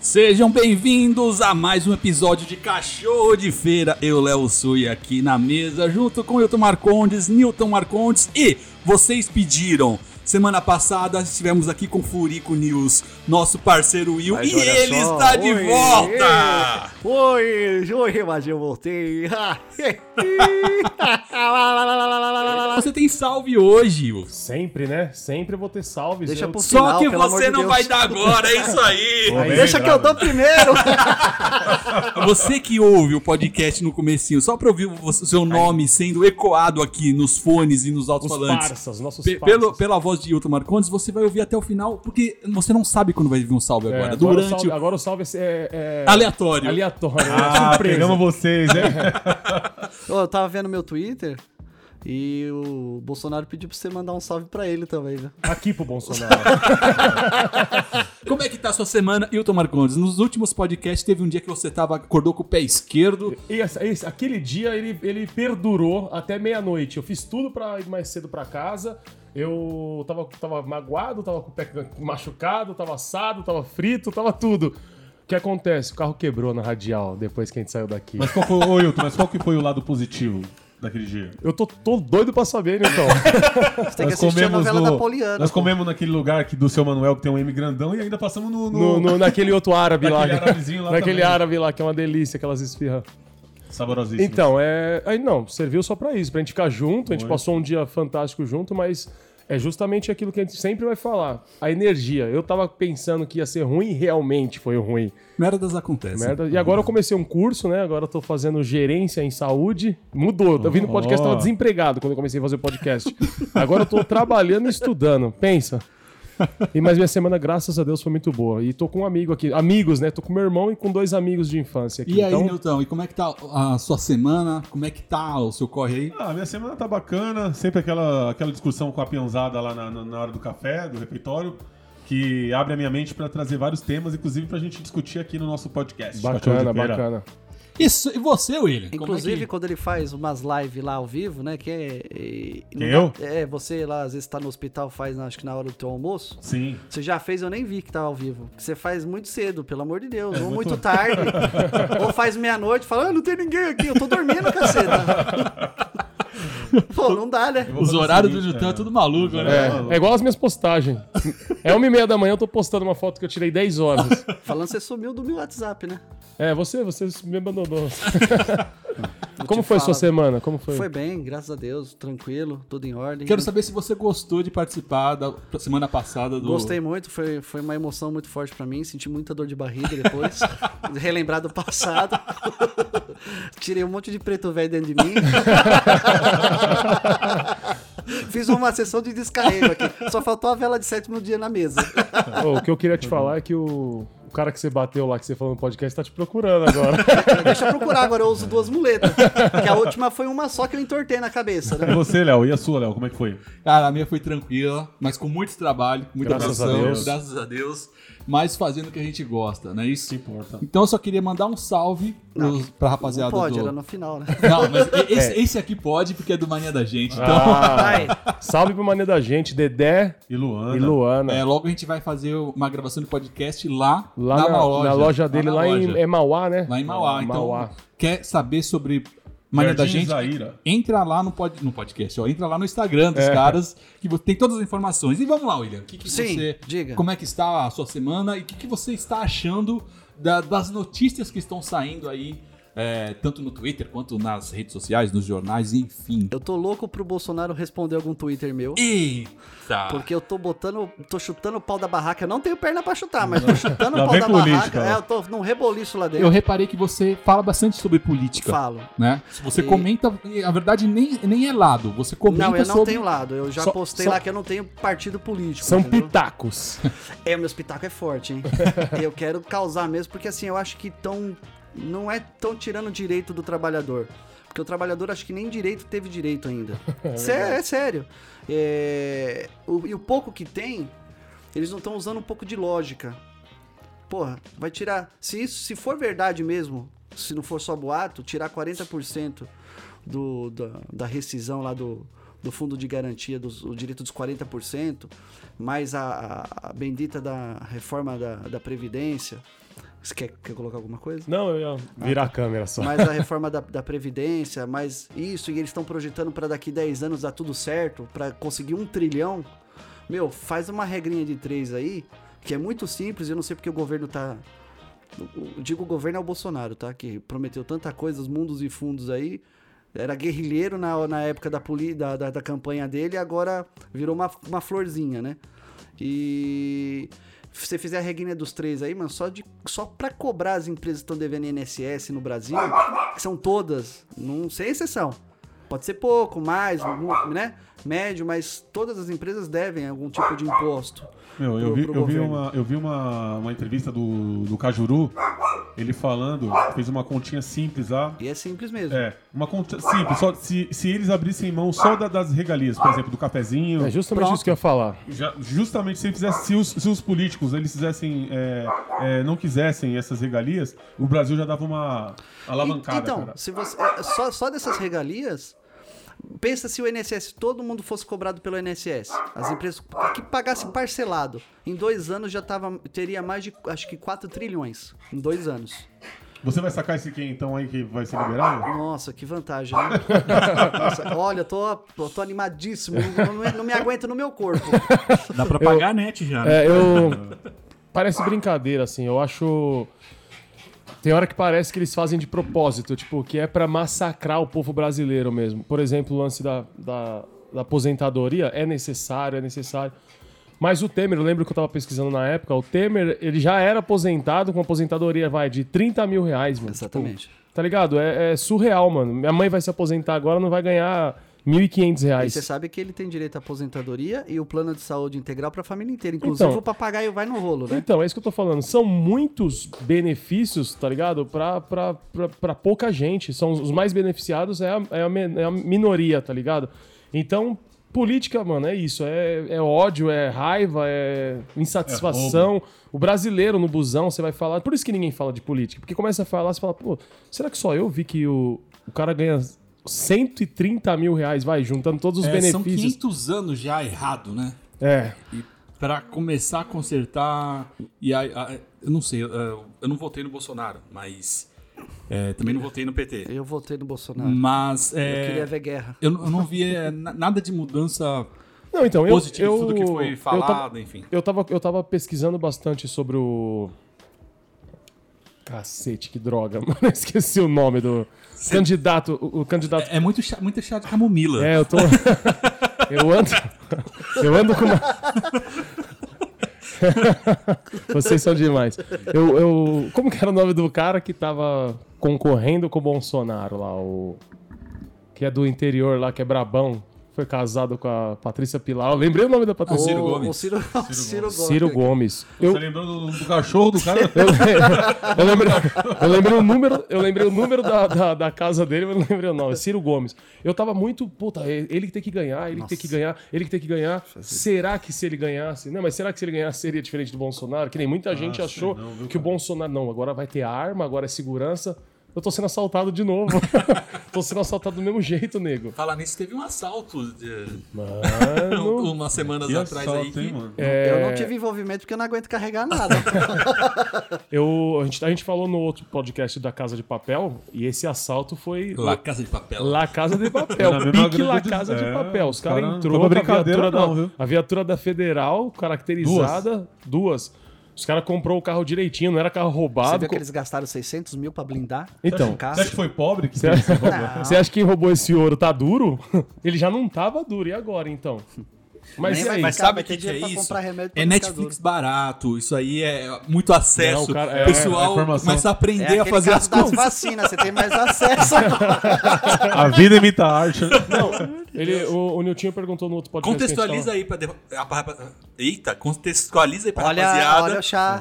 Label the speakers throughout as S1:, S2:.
S1: Sejam bem-vindos a mais um episódio de Cachorro de Feira. Eu, Léo Sui, aqui na mesa, junto com Hilton Marcondes, Newton Marcondes e vocês pediram. Semana passada estivemos aqui com Furico News, nosso parceiro Will,
S2: Mas
S1: e
S2: olha
S1: ele
S2: só,
S1: está de
S2: oi,
S1: volta!
S2: Oi, oi, mas eu voltei.
S1: Você tem salve hoje, Will.
S3: Sempre, né? Sempre eu vou ter salves.
S2: Deixa
S3: eu...
S2: pro
S1: Só
S2: final,
S1: que
S2: pelo amor
S1: você
S2: de
S1: não
S2: Deus.
S1: vai dar agora, é isso aí!
S3: Boa, bem
S2: Deixa que eu dou primeiro.
S1: Você que ouve o podcast no comecinho, só pra ouvir o seu nome sendo ecoado aqui nos fones e nos
S3: Os
S1: alto-falantes.
S3: parças, nossos
S1: Pe-
S3: parças.
S1: Pelo, pela voz de Hilton Marcondes, você vai ouvir até o final, porque você não sabe quando vai vir um salve
S3: É,
S1: agora.
S3: agora
S1: Durante
S3: o salve,
S1: o-
S3: agora o salve é, é-
S1: Aleatório.
S3: aleatório. né? Tipo
S4: Ah,
S3: surpresa.
S4: pegamos vocês, né?
S2: Ô, eu tava vendo meu Twitter e o Bolsonaro pediu pra você mandar um salve pra ele também, viu?
S3: Aqui pro Bolsonaro.
S1: Como é que tá a sua semana, Hilton Marcondes? Nos últimos podcasts teve um dia que você tava, acordou com o pé esquerdo.
S3: e essa- esse- aquele dia ele, ele perdurou até meia-noite. Eu fiz tudo pra ir mais cedo pra casa. Eu tava, tava magoado, tava com o pé machucado, tava assado, tava frito, tava tudo. O que acontece? O carro quebrou na radial depois que a gente saiu daqui.
S4: Mas qual foi, ô Hilton, mas qual que foi o lado positivo daquele dia?
S3: Eu tô, tô doido pra saber, então.
S2: Você tem que assistir a novela da Poliana.
S4: nós
S2: pô.
S4: comemos naquele lugar aqui do seu Manuel que tem um M grandão e ainda passamos no.
S3: No,
S4: no...
S3: no- naquele outro árabe lá.
S4: Naquele árabezinho lá
S3: Naquele
S4: também.
S3: árabe lá, que é uma delícia, aquelas esfirras.
S4: Saborosíssimo.
S3: Então, é. Aí não, serviu só pra isso, pra gente ficar junto. A gente passou um dia fantástico junto, mas é justamente aquilo que a gente sempre vai falar. A energia. Eu tava pensando que ia ser ruim e realmente foi ruim.
S1: Merdas acontecem.
S3: Merda. E agora eu comecei um curso, né? Agora eu tô fazendo gerência em saúde. Mudou. Eu vim no podcast,
S4: Ó.
S3: tava desempregado quando eu comecei a fazer o podcast. Agora eu tô trabalhando e estudando. Pensa. E mas minha semana, graças a Deus, foi muito boa. E tô com um amigo aqui. Amigos, né? Tô com meu irmão e com dois amigos de infância aqui.
S1: E aí,
S3: então,
S1: Newton, e como é que tá a sua semana? Como é que tá o seu corre aí?
S4: Ah, minha semana tá bacana, sempre aquela, aquela discussão com a peãozada lá na, na- na hora do café, do refeitório, que abre a minha mente pra trazer vários temas, inclusive pra gente discutir aqui no nosso podcast. Cachorro
S3: bacana,
S4: de Feira.
S3: bacana.
S1: Isso, e você, William? Como é
S2: Inclusive,
S1: que-
S2: quando ele faz umas lives lá ao vivo, né? Que é. e-
S4: Quem
S2: não dá-
S4: eu?
S2: É, você lá às vezes tá no hospital, faz acho que na hora do teu almoço.
S4: Sim.
S2: Você já fez, eu nem vi que tava ao vivo. Porque Você faz muito cedo, pelo amor de Deus. ou
S4: muito-
S2: muito tarde. ou faz meia-noite, fala, ah, não tem ninguém aqui, eu tô dormindo, caceta. Pô, não dá, né?
S4: Eu vou
S1: Os
S4: fazer o
S1: horários do
S4: seguinte,
S1: Newton
S4: é.
S1: é tudo maluco, né?
S4: maluco.
S3: É, é igual as minhas postagens. É uma e meia da manhã, eu tô postando uma foto que eu tirei 10 horas.
S2: Falando, você sumiu do meu WhatsApp, né?
S3: É, você, você me abandonou.
S2: Eu
S3: Como
S2: te
S3: foi a
S2: falo.
S3: sua semana? Como foi?
S2: Foi bem, graças a Deus, tranquilo, tudo em ordem.
S1: Quero saber se você gostou de participar da semana passada do.
S2: Gostei muito, foi, foi uma emoção muito forte pra mim. Senti muita dor de barriga depois. relembrar do passado. Tirei um monte de preto velho dentro de mim. Fiz uma sessão de descarrego aqui. Só faltou a vela de sétimo dia na mesa.
S3: Ô, o que eu queria te falar é que o, o cara que você bateu lá, que você falou no podcast, tá te procurando agora.
S2: Deixa eu procurar agora, eu uso duas muletas. Que a última foi uma só que eu entortei na cabeça, né?
S4: E você, Léo? E a sua, Léo? Como é que foi?
S1: Cara, a minha foi tranquila, mas com muito trabalho, muita
S3: Graças a
S1: pressão,
S3: Deus.
S1: graças a Deus, mas fazendo o que a gente gosta, não é isso?
S4: Que importa.
S1: Então eu só queria mandar um salve pros, pra rapaziada
S2: Não pode,
S1: do.
S2: era no final, né?
S1: Não, mas e- esse, esse aqui pode, porque é do Mania da Gente.
S3: Ah,
S1: Então,
S2: Vai.
S3: Salve pro mané da gente, Dedé
S4: E Luana?
S3: e Luana.
S1: é, logo a gente vai fazer uma gravação de podcast lá,
S3: lá
S1: na,
S3: na,
S1: uma loja.
S3: na loja dele,
S1: na
S3: lá, em
S1: loja.
S3: é Mauá, né?
S1: Lá em Mauá. Então, quer saber sobre Mania da
S4: Jardim
S1: Gente?
S4: Zaira.
S1: Entra lá no, pod, no podcast, ó. Entra lá no Instagram dos
S3: É.
S1: caras, que vo- tem todas as informações. E vamos lá, William. O que, que
S2: Sim,
S1: você.
S2: diga.
S1: Como é que está a sua semana e o que, que você está achando da- das notícias que estão saindo aí, é, tanto no Twitter quanto nas redes sociais, nos jornais, enfim.
S2: Eu tô louco pro Bolsonaro responder algum Twitter meu.
S1: Eita!
S2: Porque eu tô botando, tô chutando o pau da barraca. Eu não tenho perna pra chutar, mas tô chutando
S4: Lá
S2: o pau
S4: vem
S2: da barraca.
S4: política,
S2: É,
S4: ó.
S2: eu tô num reboliço lá
S1: Eu
S2: dentro.
S1: reparei que você fala bastante sobre política,
S2: falo.
S1: né? Se Você
S2: E-
S1: comenta, a verdade nem, nem é lado, você comenta
S2: Não, eu não
S1: sobre...
S2: tenho lado. Eu já
S3: Só-
S2: postei
S3: só-
S2: lá que eu não tenho partido político.
S3: São
S2: entendeu?
S3: pitacos.
S2: É, meu espetáculo é forte, hein? eu quero causar mesmo, porque assim, eu acho que tão. Não é tão tirando direito do trabalhador. Porque o trabalhador acho que nem direito teve direito ainda. Sé- é, sério. É, o- e o pouco que tem, eles não estão usando um pouco de lógica. Porra, vai tirar. Se isso se for verdade mesmo, se não for só boato, tirar 40% do, da, da rescisão lá do, do fundo de garantia, dos, o direito dos 40%, mais a, a- a bendita da reforma da, da Previdência, Você quer, quer colocar alguma coisa?
S3: Não, eu ia virar a câmera só.
S2: Mas a reforma da, da Previdência, mais isso, e eles estão projetando para daqui 10 anos dar tudo certo, para conseguir um trilhão. Meu, faz uma regrinha de três aí, que é muito simples, eu não sei porque o governo tá. eu Digo o governo é o Bolsonaro, tá? Que prometeu tanta coisa, os mundos e fundos aí. Era guerrilheiro na, na época da, poli, da, da, da campanha dele e agora virou uma, uma florzinha, né? E se você fizer a regrinha dos três aí, mano, só, de, só pra cobrar as empresas que estão devendo INSS no Brasil, que são todas, não sem exceção. Pode ser pouco, mais, mu- né? Médio, mas todas as empresas devem algum tipo de imposto.
S4: Meu, eu
S2: pro-
S4: vi,
S2: pro
S4: eu vi,
S2: governo.
S4: uma, eu vi uma, uma entrevista do, do Cajuru, ele falando, fez uma continha simples lá.
S2: E é simples mesmo.
S4: É, uma continha simples, só se, se eles abrissem mão só da- das regalias, por exemplo, do cafezinho.
S3: É justamente
S2: Pronto.
S3: isso que eu ia falar.
S4: já- justamente se, eles fizessem, se, os, se os políticos eles fizessem, é, é, não quisessem essas regalias, o Brasil já dava uma alavancada.
S2: E- então,
S4: cara.
S2: se você é, só, só dessas regalias, pensa se o INSS, todo mundo fosse cobrado pelo INSS, as empresas que pagassem parcelado, em dois anos já tava, teria mais de, acho que 4 trilhões, em dois anos.
S4: Você vai sacar esse quem então aí que vai ser liberado?
S2: Nossa, que vantagem, né? Nossa, olha, eu tô, tô, tô animadíssimo, não, não- não me aguento no meu corpo.
S1: Dá pra pagar a net já. né?
S3: É, eu. Parece brincadeira, assim. Eu acho. Tem hora que parece que eles fazem de propósito, tipo, que é pra massacrar o povo brasileiro mesmo. Por exemplo, o lance da, da, da aposentadoria é necessário, é necessário. Mas o Temer, eu lembro que eu tava pesquisando na época, o Temer, ele já era aposentado com aposentadoria, vai, de 30 mil reais, mano. Tipo,
S2: Exatamente.
S3: tá ligado? É, é surreal, mano. Minha mãe vai se aposentar agora, não vai ganhar 1.500
S2: E
S3: reais.
S2: você sabe que ele tem direito à aposentadoria e o plano de saúde integral pra família inteira, inclusive
S3: Então.
S2: o papagaio vai no rolo, né?
S3: Então, é isso que eu tô falando. São muitos benefícios, tá ligado? Pra, pra, pra, pra pouca gente. São os mais beneficiados é a, é, a, men- é a minoria, tá ligado? Então, política, mano, é isso. É, é ódio, é raiva, é
S1: É
S3: insatisfação. o brasileiro no busão, você vai falar. Por isso que ninguém fala de política. Porque começa a falar, você fala, pô, será que só eu vi que o, o cara ganha 130 mil reais, vai, juntando todos os
S1: É, são
S3: benefícios?
S1: 500 anos já errado, né?
S3: É.
S1: Pra começar a consertar. E aí, a- eu não sei, eu, eu não votei no Bolsonaro, mas. é, também não votei no PT.
S2: Eu votei no Bolsonaro.
S1: Mas.
S2: Eu
S1: É,
S2: queria
S1: eu,
S2: ver guerra.
S1: não- eu não vi é, na- nada de mudança
S3: Não, então, eu.
S1: positiva
S3: eu
S1: de tudo que foi
S3: eu
S1: falado,
S3: tava-
S1: enfim.
S3: Eu tava, eu tava pesquisando bastante sobre o. Cacete, que droga, mano. eu Esqueci o nome do. Candidato. O, o candidato.
S1: É muito chá, muito chá de camomila.
S3: É, eu tô. eu ando. Eu ando com uma. Vocês são demais. Eu, eu. Como que era o nome do cara que tava concorrendo com o Bolsonaro lá? O. Que é do interior lá, que é Brabão. Foi casado com a Patrícia Pilar. Eu lembrei o nome da Patrícia.
S1: Ciro Gomes.
S2: O Ciro, o Ciro Gomes.
S3: Ciro Gomes. Eu,
S4: Você lembrou do, do cachorro do cara?
S3: eu, eu lembrei, eu lembrei o número, eu lembrei o número da, da, da casa dele, mas não lembrei o nome. Ciro Gomes. Eu tava muito, puta, ele ele que tem que ganhar, ele que tem que ganhar, ele que tem que ganhar. Será que se ele ganhasse? Não, mas será que se ele ganhasse seria diferente do Bolsonaro? Que nem muita gente achou
S4: Ah, não, viu,
S3: que o Bolsonaro não, agora vai ter arma, agora é segurança. Eu tô sendo assaltado de novo. tô sendo assaltado do mesmo jeito, nego.
S1: Falar nisso, teve um assalto de- um,
S3: Mano,
S1: umas semanas
S4: Que
S1: atrás aí.
S4: assalto,
S1: que-
S4: hein, mano?
S2: Eu não tive envolvimento porque eu não aguento carregar nada.
S3: eu, a, gente, a gente falou no outro podcast da Casa de Papel e esse assalto foi
S1: La Casa de Papel.
S3: La Casa de
S4: É Na
S3: Papel.
S4: mesma
S3: Pique La
S4: grande-
S3: Casa de
S4: É,
S3: Papel. Os
S4: os
S3: caras
S4: cara
S3: entrou com
S4: não foi
S3: a viatura,
S4: brincadeira
S3: da,
S4: não, viu?
S3: a viatura da Federal, caracterizada, duas. Os caras comprou o carro direitinho, não era carro
S2: Você
S3: roubado.
S2: viu que eles gastaram 600 mil pra blindar?
S3: Então,
S4: Você acha
S2: Cássio.
S4: que foi pobre que
S3: você
S4: fez
S3: acha,
S4: essa roupa?
S2: Não.
S3: você acha que quem roubou esse ouro tá duro? Ele já não tava duro, e agora então? Mas
S2: Nem
S3: e
S2: vai
S3: aí?
S1: Mas
S2: Cara,
S1: sabe o
S2: vai
S1: que,
S2: ter
S1: que é
S2: dinheiro pra
S1: isso?
S2: comprar remédio pra
S1: É
S2: ficar
S1: Netflix barato, isso aí é muito acesso.
S3: Não, cara, é-
S1: o pessoal
S4: é informação.
S1: começa a
S2: É
S1: aprender a
S2: aquele
S1: fazer
S2: caso
S1: as
S2: das
S1: coisas.
S2: vacinas, você tem mais acesso.
S4: A vida imita a arte.
S3: Ele, o, o Niltinho perguntou no outro podcast. que a gente tava-
S1: Contextualiza aí pra. de- a- pra- pra- Eita, contextualiza aí pra
S2: Olha,
S1: rapaziada
S2: olha o chá.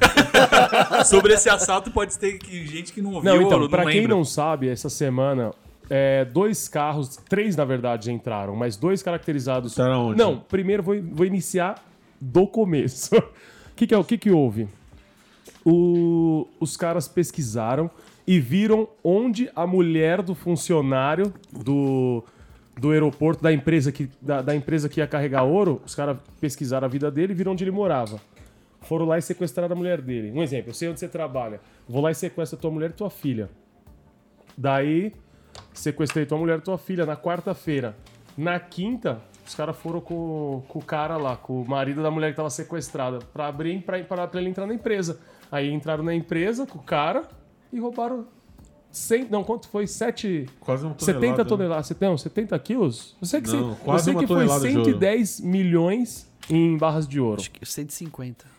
S1: sobre esse assalto. Pode ter que- gente que não ouviu
S3: Não,
S1: ou
S3: então,
S1: não
S3: pra quem
S1: lembra.
S3: não sabe, essa semana, é, dois carros, três na verdade, entraram, mas dois caracterizados.
S4: Entraram onde?
S3: Não, primeiro vou, vou iniciar do começo. O que, que, é, o que, que houve? O- os caras pesquisaram e viram onde a mulher do funcionário do, do aeroporto, da empresa, que, da, da empresa que ia carregar ouro, os caras pesquisaram a vida dele e viram onde ele morava. foram lá e sequestraram a mulher dele. Um exemplo, eu sei onde você trabalha. Vou lá e sequestro tua mulher e tua filha. Daí, sequestrei tua mulher e tua filha na quarta-feira. Na quinta, os caras foram com, com o cara lá, com o marido da mulher que tava sequestrada, pra abrir pra, pra, pra ele entrar na empresa. Aí entraram na empresa com o cara e roubaram 100, não, quanto foi? 7,
S4: Quase uma tonelada. né?
S3: 70 toneladas, você tem 70 quilos? Eu sei que,
S4: Não,
S3: você- eu
S4: quase
S3: sei
S4: uma
S3: que foi
S4: tonelada de ouro.
S3: 110 milhões em barras de ouro.
S2: Acho que 150.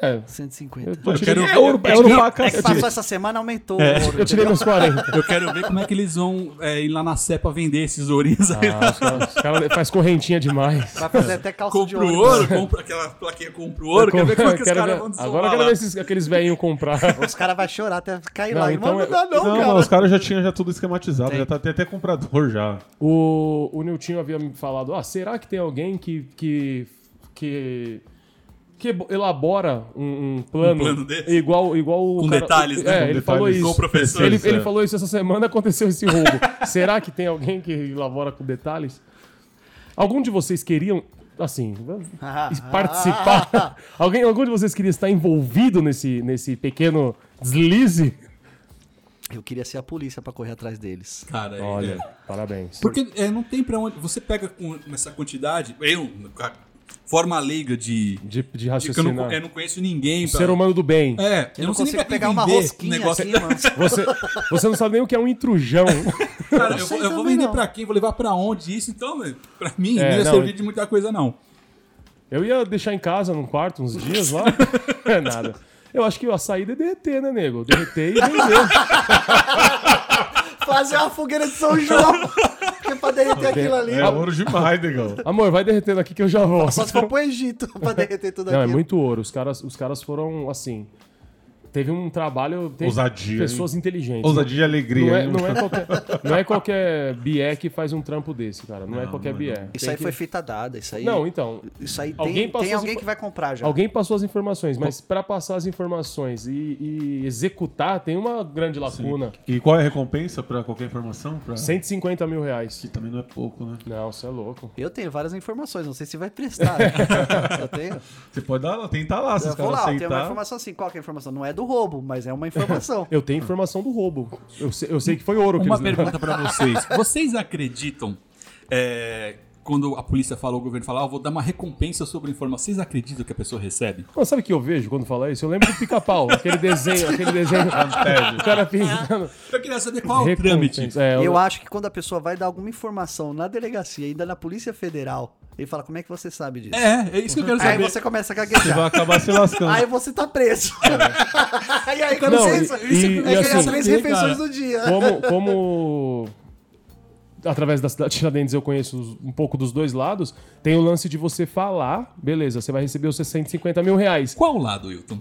S3: É,
S2: 150.
S3: eu, tô
S4: Eu
S3: tirando-
S4: quero-
S3: é
S4: tipo
S3: ouro, é
S4: eu-
S3: ouro
S4: eu-
S3: pra
S2: É que
S3: cacete.
S2: passou essa semana, aumentou o ouro.
S3: Eu tirei
S2: entendeu?
S3: meus 40.
S1: Eu quero ver como é que eles vão é, ir lá na cepa vender esses ourinhos aí. lá.
S3: Ah, os caras cara faz correntinha demais.
S2: Vai fazer até calça de
S1: Compra o
S2: ouro.
S1: ouro, compra aquela plaquinha, compra o ouro. Quer ver como é que os
S3: Quero
S1: caras
S3: ver-
S1: vão desovar
S3: Agora eu quero
S1: lá.
S3: ver esses, aqueles velhinhos comprar.
S2: Os caras vão chorar até cair
S3: Não,
S2: lá.
S3: então
S2: Não,
S3: é-
S2: não dá não,
S4: Não,
S2: cara.
S4: mas os caras já tinham já tudo esquematizado,
S2: Tem.
S4: já tá, tem até comprador já.
S3: O, o Niltinho havia me falado, ah, será que tem alguém que que, que, que ebo- elabora um, um plano,
S1: Um plano desse?
S3: igual igual o
S1: Com
S3: cara-
S1: detalhes, né?
S3: É,
S1: Com
S3: ele
S4: detalhes.
S3: falou isso.
S1: Com o professor. né?
S3: Ele, ele
S4: É.
S3: falou isso essa semana, aconteceu esse roubo. será que tem alguém que elabora com detalhes? Algum de vocês queriam assim participar? alguém, algum de vocês queria estar envolvido nesse nesse pequeno deslize?
S2: Eu queria ser a polícia pra correr atrás deles.
S1: Cara, é-
S3: Olha, parabéns.
S1: Porque é, não tem pra onde. Você pega com essa quantidade. Eu, ca- forma leiga de. de
S3: De, de
S1: que eu,
S3: raciocinar.
S1: não, eu não conheço ninguém. pra-
S3: Ser humano do bem.
S1: É, eu,
S2: Eu
S1: não
S2: não
S1: sei nem
S2: consigo
S1: pra quem
S2: pegar uma
S1: vender
S2: rosquinha
S1: negócio.
S2: assim, mano.
S3: Você, você não sabe nem o que é um intrujão.
S1: Cara, eu,
S2: Eu
S1: vou-
S2: sei
S1: eu vou
S2: também
S1: vender
S2: não.
S1: pra quem? Vou levar pra onde isso? Então, velho, pra mim,
S3: É,
S1: não ia
S3: não,
S1: servir
S3: eu-
S1: de muita coisa, não.
S3: Eu ia deixar em casa, num quarto, uns dias lá. É nada. Eu acho que a saída é derreter, né, nego? Derreter e vender.
S2: Fazer uma fogueira de São João. Porque pra derreter aquilo ali.
S4: É ouro demais, negão.
S3: Amor, vai derretendo aqui que eu já volto.
S2: Só se for pro Egito pra derreter tudo
S3: Não, é
S2: aquilo.
S3: muito ouro. Os caras, os caras foram, assim... Teve um trabalho... Teve
S4: Ousadia, hein?
S3: Pessoas inteligentes.
S4: Ousadia e
S3: Não
S4: alegria.
S3: é,
S4: hein?
S3: não, é qualquer, não é qualquer bié que faz um trampo desse, cara. Não, é qualquer bié.
S2: Isso
S3: Tem
S2: aí
S3: que-
S2: foi fita dada. Isso aí,
S3: Não, então...
S2: isso aí tem
S3: Alguém
S2: alguém,
S3: passou
S2: tem
S3: as
S2: alguém
S3: info-
S2: que vai comprar já.
S3: Alguém passou as informações, mas pra passar as informações e, e executar tem uma grande lacuna.
S4: E qual é a recompensa pra qualquer informação? Pra...
S3: 150 mil reais.
S4: Que também não é pouco, né?
S3: Não, você é louco.
S2: Eu tenho várias informações, não sei se vai prestar. eu tenho.
S4: Você pode dar lá, tentar lá, se
S2: Eu
S4: os
S2: vou
S4: caras
S2: lá, eu tenho uma
S4: aceitar.
S2: informação assim. Qual que é a informação? Não é do roubo, mas é uma informação.
S3: Eu tenho informação do roubo. Eu sei, eu sei que foi ouro que
S1: Ah. Uma
S3: eles
S1: pergunta pra vocês. Vocês acreditam é, quando a polícia fala, o governo fala, "Ah, eu vou dar uma recompensa sobre a informação. Vocês acreditam que a pessoa recebe?
S3: Não, sabe o que eu vejo quando fala isso? Eu lembro do pica-pau, aquele desenho, aquele desenho. o cara pintando.
S1: Eu queria saber qual é o
S3: Recompensa.
S1: trâmite.
S3: É, eu,
S2: Eu acho que quando a pessoa vai dar alguma informação na delegacia, ainda na Polícia Federal, ele fala, como é que você sabe disso?
S1: É, é isso que eu quero
S2: Aí
S1: saber.
S2: você começa a
S4: Você vai
S2: gaguejar.
S4: acabar se lascando.
S2: Aí você tá preso. e aí, quando
S3: É. Não,
S2: você...
S3: e-
S2: isso
S3: e-
S2: é
S3: e
S2: que é as
S3: assim,
S2: três
S1: e,
S2: refeições
S1: cara,
S2: do dia.
S3: como, como através da cidade de Tiradentes eu conheço os- um pouco dos dois lados, tem o lance de você falar, beleza, você vai receber os 650 mil reais.
S1: Qual o lado, Wilton?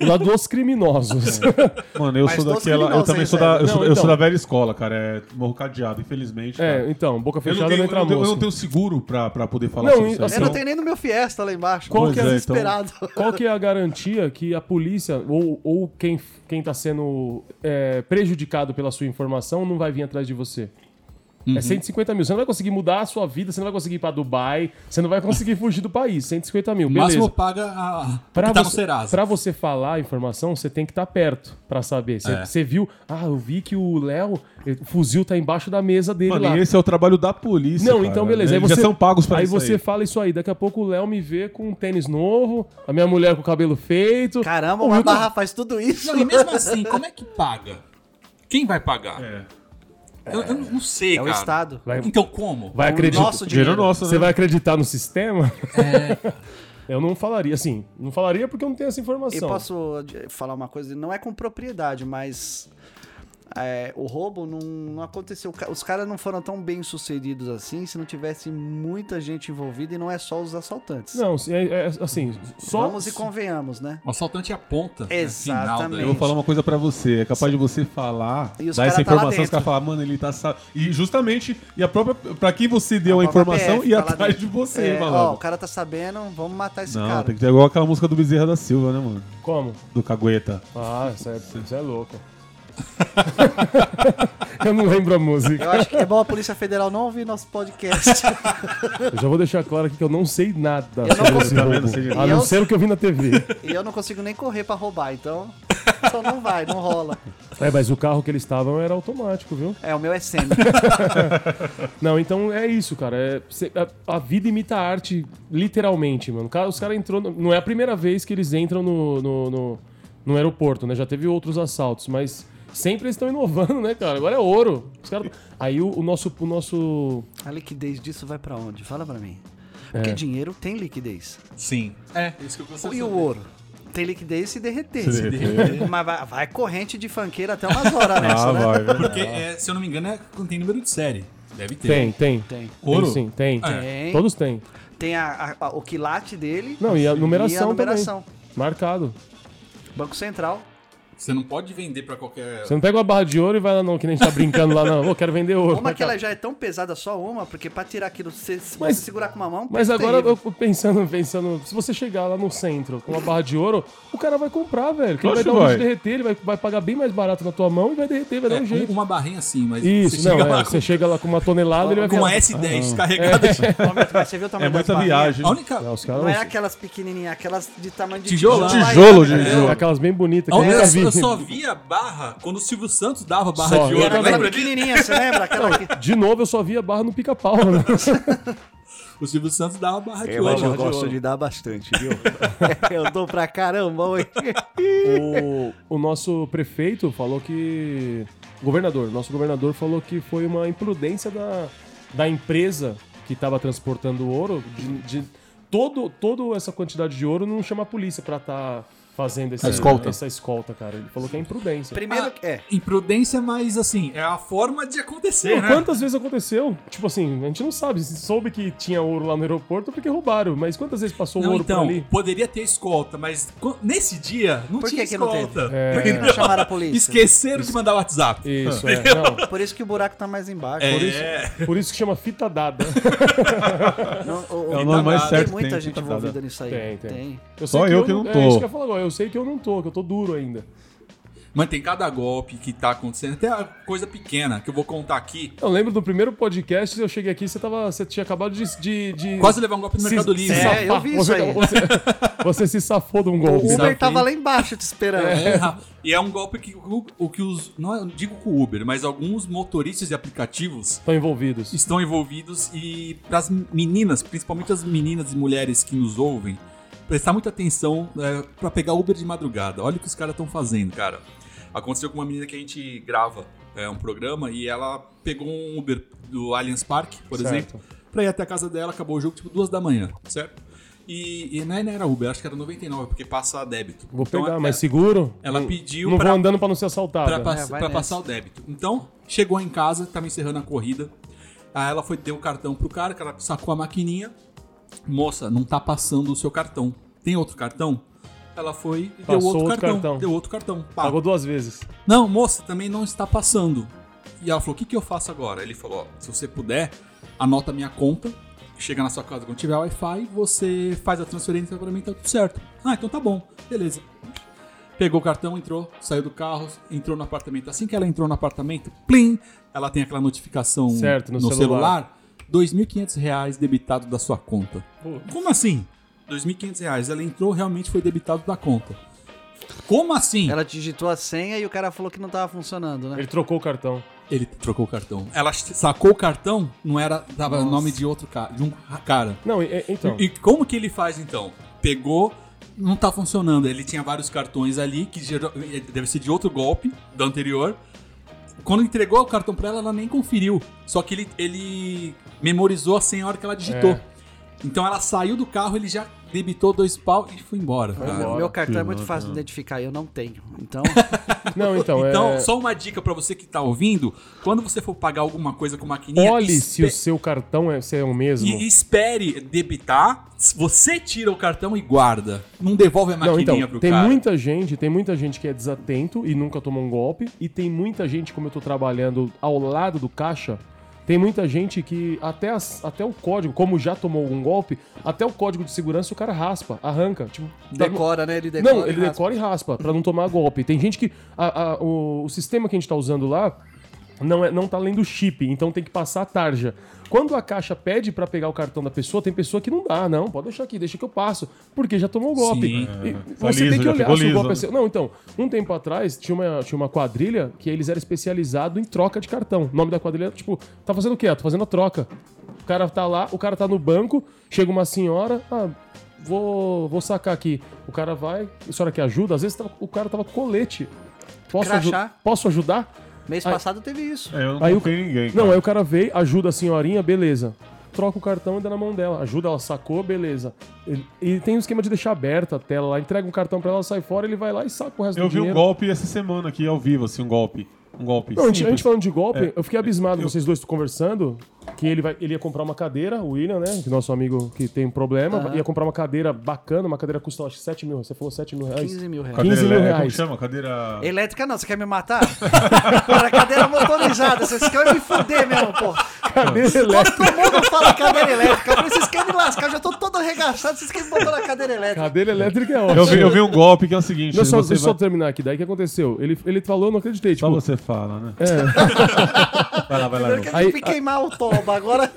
S3: o lado É, dos criminosos.
S4: É. Mano, eu
S2: Mas
S4: sou
S2: todos
S4: daquela. Eu
S2: criminosos, né?
S4: também
S2: hein,
S4: sou da. Eu
S3: velho?
S4: sou,
S3: Não,
S4: eu sou
S3: então.
S4: da velha escola, cara. É morro cadeado, infelizmente. cara.
S3: É, então, boca
S4: Eu não,
S3: fechada não
S4: tenho, eu,
S3: entra
S4: não tenho, eu
S3: moço.
S4: não tenho seguro pra, pra poder falar
S3: Não,
S4: sobre isso. aí,
S3: assim,
S2: Eu não
S4: então-
S2: tenho nem no meu Fiesta lá embaixo.
S3: Qual
S2: Tô
S3: que é-
S2: desesperado.
S3: Qual que é a garantia que a polícia ou, ou quem, quem tá sendo é, prejudicado pela sua informação não vai vir atrás de você?
S4: Uhum.
S3: É 150 mil. Você não vai conseguir mudar a sua vida, você não vai conseguir ir pra Dubai, você não vai conseguir fugir do país. 150 mil, beleza.
S4: tá
S1: Máximo paga a, a
S3: Pra
S1: que tá no
S3: você,
S1: Serasa.
S3: pra você falar a informação, você tem que estar perto pra saber. Você,
S1: É.
S3: você viu, ah, eu vi que o Léo, eh, o fuzil tá embaixo da mesa dele
S4: Mano,
S3: lá.
S4: e esse é o trabalho da polícia.
S3: Não,
S4: cara.
S3: então beleza. Aí
S4: né? Eles
S3: você,
S4: já são pagos pra
S3: aí
S4: isso.
S3: você
S4: aí.
S3: fala isso aí. Daqui a pouco o Léo me vê com um tênis novo, a minha mulher com o cabelo feito.
S2: Caramba,
S3: o
S2: uma
S3: Hilton-
S2: barra faz tudo isso.
S1: Não, e mesmo assim, como é que paga? Quem vai pagar?
S4: É.
S1: Eu, eu não sei,
S2: É o
S1: cara.
S2: Estado.
S3: Vai,
S1: Então como?
S3: vai acreditar.
S2: nosso
S4: Dinheiro
S2: dinheiro. É.
S4: nosso, né?
S3: Você vai acreditar no sistema? Eu não falaria, assim, não falaria porque eu não tenho essa
S2: E
S3: informação.
S2: posso ad- falar uma coisa? Não é com propriedade, mas é, o roubo não, não aconteceu. Ca- Os caras não foram tão bem sucedidos assim se não tivesse muita gente envolvida e não é só os assaltantes.
S3: Não, se- é- é, assim, só.
S2: Vamos e convenhamos, né?
S1: O assaltante aponta. né,
S2: Exatamente.
S1: sinal,
S4: Eu
S1: né?
S4: vou falar uma coisa pra você. É capaz de você falar,
S2: E os
S4: dar
S2: cara
S4: essa
S2: tá lá
S4: informação, os
S2: dentro.
S4: caras falar, mano, ele tá. sa- E justamente, e a própria. Pra quem você deu a,
S2: Fala,
S4: informação
S2: PF,
S4: e
S2: tá lá
S4: atrás de
S2: dentro.
S4: você,
S2: É, ó, o
S4: malandro.
S2: cara tá sabendo, vamos matar esse
S4: Não,
S2: cara.
S4: tem que ter igual aquela música do Bezerra da Silva, né, mano?
S3: Como?
S4: Do Cagueta.
S3: Ah, isso é, isso é louco. Eu não lembro a música.
S2: Eu acho que é bom a Polícia Federal não ouvir nosso podcast.
S3: Eu já vou deixar claro aqui que eu não sei nada
S2: não
S3: sobre
S2: consigo-
S3: esse
S4: Tá vendo?
S3: jogo.
S4: Você já-
S3: A não
S2: Eu-
S3: ser o que eu vi na TV.
S2: e eu não consigo nem correr pra roubar, então. Então não vai, não rola.
S3: É, mas o carro que eles estavam era automático, viu?
S2: É, o meu é semi.
S3: Não, então é isso, cara. É, cê- a, a vida imita a arte, literalmente, mano. Ca- Os caras entrou. no- Não é a primeira vez que eles entram no, no, no- no aeroporto, né? Já teve outros assaltos, mas sempre eles estão inovando, né, cara? Agora é ouro. Os caras- Aí o, o nosso. O nosso...
S2: A liquidez disso vai pra onde? Fala pra mim.
S4: É.
S2: Porque dinheiro tem liquidez.
S1: Sim. É, isso que eu consigo.
S2: E o ouro? Tem liquidez se derreter.
S4: Se derreter.
S2: Mas vai, vai corrente de funkeira até umas horas nessa,
S4: Ah,
S2: né?
S4: vai, velho.
S1: Porque, é, se eu não me engano, é, tem número de série. Deve ter.
S3: Tem, tem.
S2: Tem.
S1: Ouro?
S3: sim, tem.
S2: É.
S3: Todos têm.
S2: Tem a- a- a- o quilate dele.
S3: Não, e a numeração,
S2: E a numeração.
S3: também. Marcado.
S2: Banco Central.
S1: Você não pode vender pra qualquer.
S3: Você não pega uma barra de ouro e vai lá, não, que nem a gente tá brincando lá, não. Ô, quero vender ouro.
S2: Uma que
S3: Marcado.
S2: ela já é tão pesada, só uma, porque pra tirar aquilo, você, se
S3: Mas-
S2: você segurar com uma mão.
S3: Mas
S2: é
S3: agora
S2: terrível.
S3: eu fico pensando, pensando, se você chegar lá no centro com uma barra de ouro, o cara vai comprar, velho. Porque ele vai dar
S4: Lógico
S3: um
S4: que
S3: jeito de
S4: vai.
S3: derreter, ele vai, vai pagar bem mais barato na tua mão e vai derreter, vai dar
S1: É,
S3: um jeito.
S1: uma barrinha assim, mas.
S3: Isso,
S1: você
S3: não,
S1: chega
S3: é,
S1: lá com,
S3: você chega lá com uma tonelada, ele vai
S1: com um uma
S3: falar,
S1: S10 carregada de.
S2: É, Mas Você viu o tamanho
S4: É
S2: das
S4: muita
S2: barrinhas?
S4: viagem.
S1: A única.
S3: "Ah, os caras
S2: Não é
S3: não-
S2: aquelas pequenininhas, aquelas de tamanho de
S1: Tijolão.
S4: Tijolo de
S3: é
S4: tijolo.
S3: aquelas bem bonitas
S1: A
S3: que eu
S1: única-
S3: nunca
S1: eu,
S3: vi.
S1: eu só via barra quando o Silvio Santos dava barra
S3: Só,
S1: de
S3: eu
S2: E
S1: ouro.
S2: era aquela
S1: Lembra disso?
S2: pequenininha, você lembra? Aquela que...
S3: De novo, eu só via barra no pica-pau. né?
S1: O Silvio Santos dava barra de
S2: Eu, É, mas eu
S1: ouro.
S2: gosto de dar bastante, viu? eu dou pra caramba, hein?
S3: o, o nosso prefeito falou que. Governador, nosso governador falou que foi uma imprudência da, da empresa que estava transportando o ouro, de, de todo, toda essa quantidade de ouro não chama a polícia pra estar fazendo esse-
S4: A escolta.
S3: essa escolta, cara. Ele falou que é imprudência.
S2: Primeiro, que- é.
S1: Imprudência, mas assim, é a forma de acontecer,
S3: Não,
S1: né?
S3: Quantas vezes aconteceu? Tipo assim, a gente não sabe. Se soube que tinha ouro lá no aeroporto porque roubaram, mas quantas vezes passou
S1: Não,
S3: ouro por
S1: então,
S3: ali?
S1: poderia ter escolta, mas qu- nesse dia não
S2: Por que
S1: tinha
S2: que não
S1: escolta.
S2: teve?
S4: É.
S2: Por que que não chamaram a polícia?
S1: Esqueceram de mandar WhatsApp.
S3: Isso, é. Não,
S2: Por isso que o buraco tá mais embaixo.
S1: É.
S2: Por isso-
S3: por isso que chama fita dada.
S2: Não, o-
S4: É
S2: o-
S4: o nome mais
S1: Tem
S4: certo
S2: Tem muita
S4: que tem,
S2: gente
S4: tá
S2: envolvida
S4: dado.
S2: nisso aí.
S3: Tem, tem. Eu
S4: Só eu que não tô.
S3: É isso que eu falo agora. Eu sei que eu não tô, que eu tô duro ainda.
S1: Mas tem cada golpe que tá acontecendo, até a coisa pequena que eu vou contar aqui.
S3: Eu lembro do primeiro podcast, eu cheguei aqui, você tava. Você tinha acabado de. de, de-
S1: Quase levar um golpe no
S3: se-
S1: Mercado
S3: se
S1: Livre.
S3: safar.
S2: É, eu vi isso
S3: você,
S2: aí.
S3: Você, você se safou de um
S2: O
S3: golpe.
S2: Uber
S1: Exato,
S2: tava
S1: hein?
S2: lá embaixo te esperando.
S1: É, e é um golpe que o, o que os. Não eu digo com o Uber, mas alguns motoristas de aplicativos
S3: Estão envolvidos.
S1: estão envolvidos e para as meninas, principalmente as meninas e mulheres que nos ouvem, prestar muita atenção é, para pegar Uber de madrugada. Olha o que os caras estão fazendo, cara. Aconteceu com uma menina que a gente grava é, um programa e ela pegou um Uber do Allianz Parque, por
S3: Certo.
S1: exemplo, para ir até a casa dela. Acabou o jogo tipo duas da manhã, certo? E, e não era Uber, acho que era 99, porque passa a débito.
S3: Vou
S1: Então,
S3: pegar,
S1: é-
S3: mas seguro.
S1: ela
S3: Não-
S1: pediu
S3: Não
S1: pra-
S3: vou andando pra não ser assaltada.
S1: Pra, pass-
S2: É, vai
S1: pra
S2: nessa.
S1: passar o débito. Então, chegou em casa, tava encerrando a corrida. Aí ela foi ter o cartão pro cara, que ela sacou a maquininha. Moça, não tá passando o seu cartão. Tem outro cartão? Ela foi e deu
S3: Passou
S1: outro,
S3: outro
S1: cartão,
S3: cartão.
S1: Deu outro cartão. Pá.
S3: Pagou duas vezes.
S1: Não, moça, também não está passando. E ela falou: o que, que eu faço agora? Ele falou: ó, se você puder, anota a minha conta. Chega na sua casa quando tiver Wi-Fi, você faz a transferência pra mim, tá tudo certo. Ah, então tá bom. Beleza. Pegou o cartão, entrou, saiu do carro, entrou no apartamento. Assim que ela entrou no apartamento, plim! Ela tem aquela notificação
S3: Certo, no
S1: no,
S3: celular.
S1: celular. R$ 2.500 reais debitado da sua conta. Como assim? R$ 2.500 reais. Ela entrou, realmente foi debitado da conta. Como assim?
S2: Ela digitou a senha e o cara falou que não tava funcionando, né?
S3: Ele trocou o cartão.
S1: Ele trocou o cartão. Ela sacou o cartão, não era. Dava nome de outro cara, de um cara.
S3: Não, e- e- então.
S1: E como que ele faz então? Pegou, não tá funcionando. Ele tinha vários cartões ali, que geral- deve ser de outro golpe, do anterior. Quando entregou o cartão pra ela, ela nem conferiu. Só que ele, ele memorizou a senha a hora que ela digitou.
S3: É.
S1: Então ela saiu do carro, ele já debitou dois pau e foi embora. cara.
S3: embora.
S2: Meu cartão é muito fácil de identificar, eu não tenho. Então,
S3: Não, então.
S1: Então,
S3: é...
S1: só uma dica pra você que tá ouvindo: quando você for pagar alguma coisa com maquininha,
S3: Olhe se
S1: espe-
S3: o seu cartão é, se é o mesmo.
S1: E espere debitar, você tira o cartão e guarda. Não devolve a
S3: Não,
S1: maquininha
S3: então,
S1: pro
S3: tem
S1: cara.
S3: muita gente, tem muita gente que é desatento e nunca tomou um golpe, e tem muita gente, como eu tô trabalhando ao lado do caixa, Tem muita gente que até, as- até o código, como já tomou algum golpe, até o código de segurança o cara raspa, arranca. Tipo, dá-
S2: Decora, né? Ele decora.
S3: não, ele
S2: raspa.
S3: decora e raspa pra não tomar golpe. Tem gente que. a- a- o, o sistema que a gente tá usando lá não, é, não tá lendo chip, então tem que passar a tarja. Quando a caixa pede pra pegar o cartão da pessoa, tem pessoa que não dá, não, pode deixar aqui, deixa que eu passo, porque já tomou o golpe.
S1: Sim.
S3: E
S4: tá
S3: você
S4: liso,
S3: tem que
S4: já
S3: olhar se
S4: ficou
S3: o golpe
S4: liso,
S3: é seu. Não, então, um tempo atrás tinha uma, tinha uma quadrilha que eles eram especializados em troca de cartão. O nome da quadrilha, tipo, tá fazendo o quê? Ah, Tô fazendo a troca. O cara tá lá, o cara tá no banco, chega uma senhora, ah, vou, vou sacar aqui. O cara vai, a senhora quer ajuda? Às vezes tá- o cara tava com colete. Posso,
S2: Crachá.
S3: aju- posso ajudar?
S2: Mês
S3: Aí-
S2: passado teve isso.
S4: É, eu não
S3: Aí o-
S4: confio em ninguém.
S3: Não,
S4: cara.
S3: aí o cara veio, ajuda a senhorinha, beleza. Troca o cartão e dá na mão dela. Ajuda, ela sacou, beleza. Ele- E tem um esquema de deixar aberta a tela lá. Entrega um cartão pra ela, sai fora, ele vai lá e saca o resto
S4: Eu
S3: do
S4: vi um
S3: dinheiro.
S4: golpe essa semana aqui ao vivo, assim, um golpe. Um golpe.
S3: Não, a gente, a
S4: simples. É.
S3: gente falando de golpe, eu fiquei abismado
S4: eu-
S3: vocês dois conversando que ele, vai, ele ia comprar uma cadeira, o William, né? Que nosso amigo que tem um problema, ia comprar uma cadeira bacana, uma cadeira custa acho que 7 mil, você falou 7 mil reais.
S2: 15 mil reais.
S3: 15 mil
S4: elé- Como
S3: reais.
S4: chama? Cadeira.
S2: Elétrica não, você quer me matar? Para cadeira motorizada, vocês querem me fuder mesmo, pô.
S3: Cadeira elétrica.
S2: Todo mundo fala cadeira elétrica, eu falei, vocês querem me lascar, eu já tô todo arregaçado, vocês querem me botar na cadeira elétrica.
S3: Cadeira elétrica é
S4: Eu
S3: ótimo.
S4: vi, eu vi um golpe que é o seguinte.
S3: Não, só,
S4: você
S3: deixa eu só
S4: vai...
S3: terminar aqui, daí o que aconteceu? Ele, ele falou, eu não acreditei.
S4: Só
S3: Tipo,
S4: você fala, né?
S3: É.
S4: vai lá, vai lá.
S2: Primeiro
S4: Lu.
S2: que
S3: Aí-
S2: eu fui queimar o toba, agora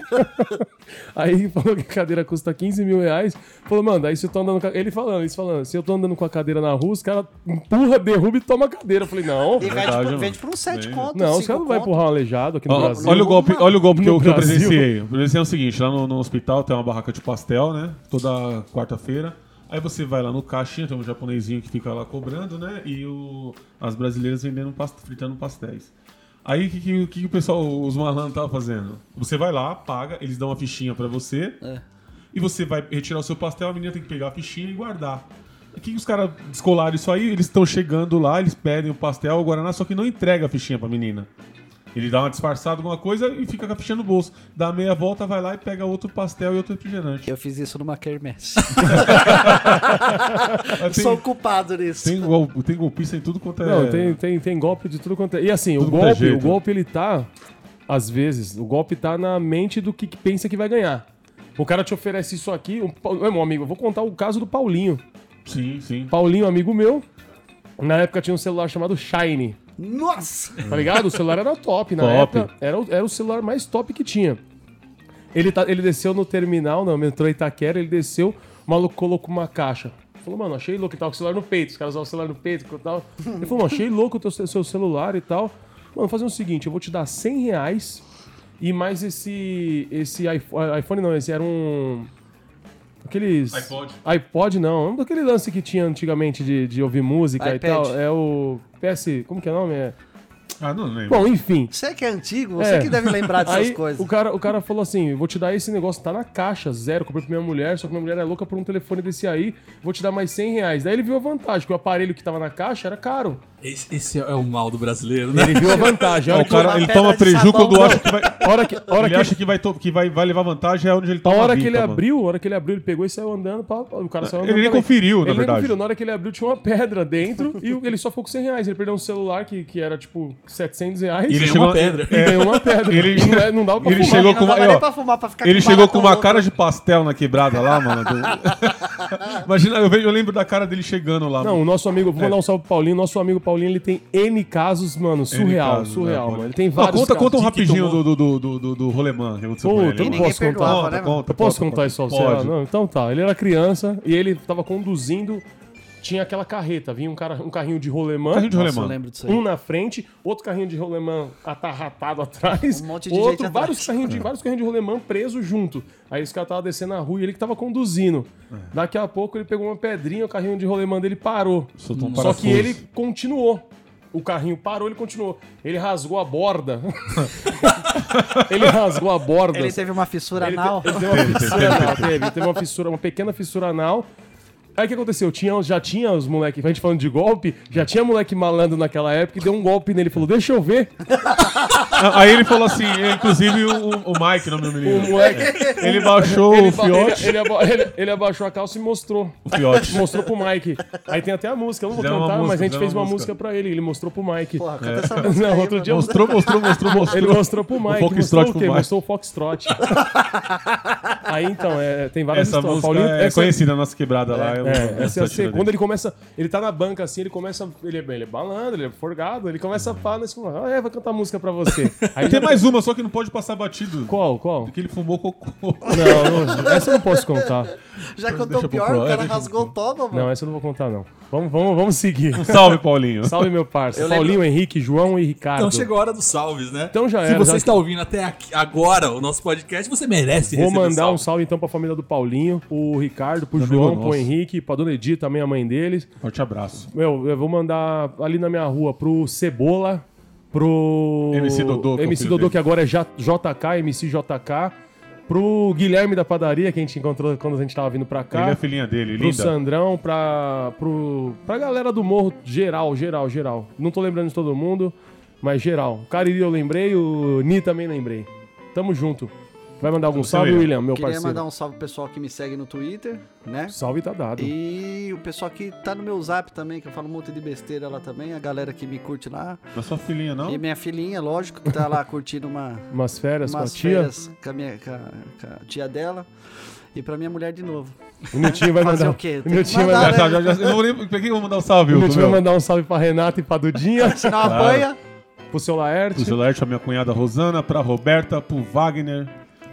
S3: Aí falou que a cadeira custa 15 mil reais. Falou, mano, aí se eu tô andando com a... Ele falando, isso falando, se eu tô andando com a cadeira na rua, os caras empurra, derruba e toma a cadeira. Eu falei, não.
S2: e
S4: Verdade,
S2: vende,
S4: mano.
S2: por, vende por uns 7
S4: Bem-
S2: contos.
S3: Não, os caras não vão empurrar um aleijado aqui no
S4: Ó,
S3: Brasil.
S4: olha o golpe, olha o golpe que, eu,
S3: No
S4: que eu
S3: Brasil.
S4: presenciei. Eu presenciei o seguinte: lá no, no hospital tem uma barraca de pastel, né? Toda quarta-feira. Aí você vai lá no caixinha, tem um japonesinho que fica lá cobrando, né? E o- as brasileiras vendendo past- fritando pastéis. Aí o que, que- o que que o pessoal, os malandros estavam fazendo? Você vai lá, paga, eles dão uma fichinha pra você. E você vai retirar o seu pastel, a menina tem que pegar a fichinha e guardar. O que que os caras descolaram isso aí? Eles estão chegando lá, eles pedem o pastel, o Guaraná, só que não entrega a fichinha pra menina. Ele dá uma disfarçada, alguma coisa e fica com a fichinha no bolso. Dá a meia volta, vai lá e pega outro pastel e outro refrigerante.
S2: Eu fiz isso numa quermesse.
S4: Mas
S2: Sou
S4: Tem,
S2: culpado nisso.
S4: tem, gol, tem golpista em tudo quanto é.
S3: Não, tem, tem, tem golpe de tudo quanto é. E assim, o
S4: Tudo quanto é
S3: golpe, o
S4: jeito.
S3: golpe ele tá, às vezes, o golpe tá na mente do que que pensa que vai ganhar. O cara te oferece isso aqui. Um, pau- Ô, meu amigo, eu vou contar o caso do Paulinho.
S4: Sim, sim.
S3: Paulinho, amigo meu, na época tinha um celular chamado Shine.
S2: Nossa!
S3: Tá ligado? O celular era top na
S4: Top.
S3: época. Era o, era o celular mais top que tinha. Ele, tá, ele desceu no terminal, não, entrou em Itaquera, ele desceu, o maluco colocou uma caixa. Falou, mano, achei louco e tal, com o celular no peito. Os caras usavam o celular no peito e tal. Ele falou, mano, achei louco o teu, ce- seu celular e tal. Mano, fazer o seguinte, eu vou te dar 100 reais e mais esse, esse iPhone, iPhone não, esse era um... Aqueles...
S4: iPod.
S3: iPod não, é um daquele lance que tinha antigamente de, de ouvir música e
S2: iPad.
S3: tal. É o PS... Como que é o nome? É...
S4: Ah, não lembro.
S3: Bom, enfim.
S2: Você que é antigo, você
S3: É.
S2: que deve lembrar dessas
S3: Aí
S2: coisas.
S3: o cara, o cara falou assim: vou te dar esse negócio, tá na caixa, zero, comprei pra minha mulher, só que minha mulher é louca por um telefone desse aí, vou te dar mais 100 reais. Daí ele viu a vantagem, que o aparelho que tava na caixa era caro.
S1: Esse, esse é o mal do brasileiro, né?
S3: Ele viu a vantagem. A
S4: Não,
S3: hora
S4: o
S3: que, a
S4: cara,
S2: uma
S4: ele
S2: pedra
S4: toma
S2: de
S4: preju
S2: sabão,
S4: quando
S2: não.
S4: acha que vai.
S3: hora que, a hora
S4: Ele
S3: que-
S4: acha que vai, to- que vai, vai levar vantagem, é onde ele
S3: a
S4: toma
S3: hora
S4: a
S3: que
S4: bica,
S3: ele
S4: mano.
S3: abriu, a hora que ele abriu, ele pegou e saiu andando. pá, pá, o cara saiu
S4: Ele
S3: andando
S4: nem
S3: também.
S4: conferiu, na
S3: Ele nem
S4: verdade.
S3: conferiu. Na hora que ele abriu, tinha uma pedra dentro e o- ele só ficou com 100 reais. Ele perdeu um celular que, que era tipo 700 reais.
S4: E ele
S1: Ganhou
S4: chegou
S1: uma pedra.
S3: e ganhou uma pedra.
S4: Ele-
S3: não, é- não dava pra
S4: ele
S3: fumar.
S4: chegou
S2: Não
S4: com uma-
S2: dava
S4: aí,
S2: nem
S4: ó,
S2: pra fumar, pra ficar
S4: Ele
S2: com
S4: chegou com uma
S2: baratão
S4: cara
S2: louco.
S4: de pastel na quebrada lá, mano. Imagina, eu, vejo- eu lembro da cara dele chegando lá.
S3: Não, o nosso amigo,
S4: É.
S3: vou mandar um salve pro Paulinho. Nosso amigo Paulinho, ele tem N casos, mano, surreal,
S4: casos,
S3: surreal,
S4: né,
S3: mano.
S4: Paulinho?
S3: Ele tem
S4: Ó,
S3: vários.
S4: conta, conta um
S3: casos.
S4: rapidinho
S1: tomou.
S4: do, do, do, do, do rolemã que aconteceu
S3: Puta,
S4: com
S3: eu não
S4: ele. mano.
S2: Ninguém
S3: posso contar.
S2: perdoava,
S4: Conta,
S2: né, mano?
S4: conta,
S3: Eu posso
S4: conta,
S3: contar
S4: conta.
S3: isso só, sei lá,
S4: Pode.
S3: não? Então tá, ele era criança e ele tava conduzindo, tinha aquela carreta, vinha um, cara, um carrinho de rolemã.
S4: Carrinho de
S2: Nossa, eu
S4: rolemã.
S2: lembro disso aí.
S3: Um na frente, outro carrinho de rolemã atarratado atrás,
S2: Um monte de gente
S3: outro,
S2: atrás.
S3: vários carrinhos, de, vários carrinhos de rolemã preso junto. Aí esse cara tava descendo na rua e ele que tava conduzindo.
S4: É.
S3: Daqui a pouco ele pegou uma pedrinha, o carrinho de rolemã dele parou.
S4: Soltou um
S3: Só que
S4: parafuso.
S3: ele continuou. O carrinho parou, ele continuou. Ele rasgou a borda. ele rasgou a borda.
S2: Ele teve uma fissura
S3: Ele te-
S2: anal.
S3: ele teve uma fissura anal, teve, teve uma fissura, uma pequena fissura anal. Aí o que aconteceu? Tinha, já tinha os moleques, a gente falando de golpe, já tinha moleque malandro naquela época e deu um golpe nele. Falou, deixa eu ver.
S4: Aí ele falou assim, é, inclusive o, o Mike, nome do
S3: O
S4: menino.
S3: moleque.
S4: Ele baixou
S3: Ele,
S4: o
S3: ba-
S4: fiote.
S3: ele, ele aba- ele- ele abaixou a calça e mostrou.
S4: O fiote.
S3: Mostrou pro Mike. Aí tem até a música, eu não vou
S4: Fizeram uma
S3: cantar,
S4: música,
S3: mas a gente
S4: fizeram
S3: fez
S4: uma
S3: uma
S4: música.
S3: música pra ele. Ele mostrou pro Mike.
S2: Porra, canta essa música.
S3: Não,
S2: aí,
S3: outro
S2: mano.
S3: dia
S4: Mostrou, mostrou, mostrou, mostrou.
S3: Ele mostrou pro Mike.
S4: foxtrot
S3: mostrou
S4: pro
S3: o quê?
S4: Mike.
S3: Mostrou o Foxtrot. Aí então, é, tem várias
S4: Essa música é
S3: essa-
S4: conhecida na nossa quebrada lá. eu-
S3: É, essa é a
S4: tira
S3: segunda.
S4: dele.
S3: Quando ele começa, ele tá na banca assim, ele começa, ele é, ele é balando, ele é forgado, ele começa a falar nesse momento, ah, é, vai cantar música pra você. Aí
S4: Tem
S3: já-
S4: mais uma, só que não pode passar batido.
S3: Qual, qual?
S4: Porque ele fumou cocô.
S3: Não, não, essa eu não posso contar.
S2: Já que eu
S4: Deixa
S2: tô
S4: pro
S2: pior,
S4: Pro,
S2: o
S4: é,
S2: cara
S4: deixa
S2: rasgou o toba, mano.
S3: Não, é essa eu não vou contar não. Vamos, vamos, vamos seguir.
S4: Salve, Paulinho.
S3: Salve meu parça,
S2: Eu lembro-
S3: Paulinho, Henrique, João e Ricardo.
S1: Então chegou a hora dos salves, né?
S3: Então já
S1: Se
S3: era,
S1: você
S3: já-
S1: está ouvindo até aqui- agora o nosso podcast, você merece
S3: Vou
S1: receber
S3: mandar um
S1: salve.
S3: salve então pra família do Paulinho, pro Ricardo, pro
S4: Amigo
S3: João, pro
S4: nosso.
S3: Henrique, pra Dona Edith, também a mãe deles.
S4: Forte abraço.
S3: Meu, eu vou mandar ali na minha rua pro Cebola, pro.
S4: MC Dodô, que é o
S3: MC
S4: filho
S3: Dodô,
S4: dele.
S3: que agora é J- JK, MC JK. Pro Guilherme da padaria, que a gente encontrou quando a gente tava vindo pra cá.
S4: Ele é a filhinha dele,
S3: pro
S4: linda.
S3: Sandrão, pra, pro, pra galera do morro, geral, geral, geral. Não tô lembrando de todo mundo, mas geral. O Cariri eu lembrei, o Ni também lembrei. Tamo junto. Vai mandar algum
S4: Você
S3: salve,
S4: mesmo.
S3: William, meu
S2: Queria
S3: parceiro?
S2: mandar um salve pro pessoal que me segue no Twitter, né?
S3: Salve tá dado.
S2: E o pessoal que tá no meu zap também, que eu falo um monte de besteira lá também, a galera que me curte lá.
S4: Não é sua filhinha, não?
S2: E minha filhinha, lógico, que tá lá curtindo uma,
S3: Umas férias
S2: umas
S3: com a tia.
S2: férias com a, minha, com, a, com a tia dela. E pra minha mulher de novo.
S3: O Nitinho vai
S2: Fazer
S3: mandar.
S2: o quê? Tem
S3: O
S2: que
S3: Nitinho vai
S2: mandar,
S4: Já,
S3: mandar.
S2: né?
S4: Tá, já, já, já. Eu não vou nem... Pra quem eu vou mandar um salve,
S3: O Nitinho vai
S4: Wilton?
S3: mandar um salve pra Renata e pra Dudinha,
S2: Se não apanha,
S3: pro seu Laerte.
S4: Pro Zelerte, a minha cunhada Rosana, pra Roberta, pro Wagner,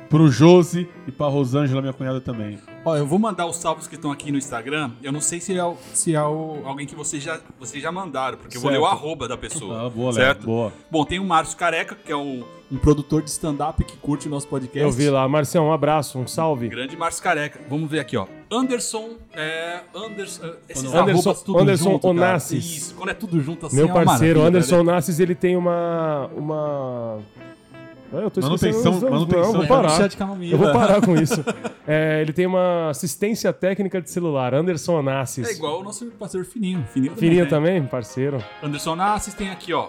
S4: pro Josi e pra Rosângela, minha cunhada também.
S1: Ó, eu vou mandar os salvos que estão aqui no Instagram. Eu não sei se é, o- se é o- alguém que vocês já, vocês já mandaram, porque eu vou ler
S4: Certo.
S1: o arroba da pessoa.
S4: Ah, boa, Léo,
S1: certo?
S4: boa.
S1: Bom, tem o Márcio Careca, que é um, um produtor de stand-up que curte o nosso podcast.
S3: Eu vi lá. Marcião, um abraço, um salve.
S1: Grande Márcio Careca. Vamos ver aqui, ó. Anderson, é, Anderson, esses
S3: Anderson-
S1: arrobas tudo
S3: Anderson
S1: junto, cara.
S3: Onassis.
S1: Isso, quando é tudo junto assim é
S3: Meu
S1: uma
S3: parceiro,
S1: maravilha,
S3: Anderson
S1: velho.
S3: Nassis, ele tem uma. Uma. Ah, Eu tô
S4: Manutenção-
S3: esquecendo os nomes.
S4: manutenção,
S3: Não, vou
S4: né?
S3: parar.
S1: Chá de camomila.
S3: Eu vou parar com isso. É, ele tem uma assistência técnica de celular, Anderson Nassis.
S1: É igual o nosso parceiro Fininho. Fininho,
S3: Fininho
S1: né?
S3: também, parceiro.
S1: Anderson Nassis tem aqui, ó.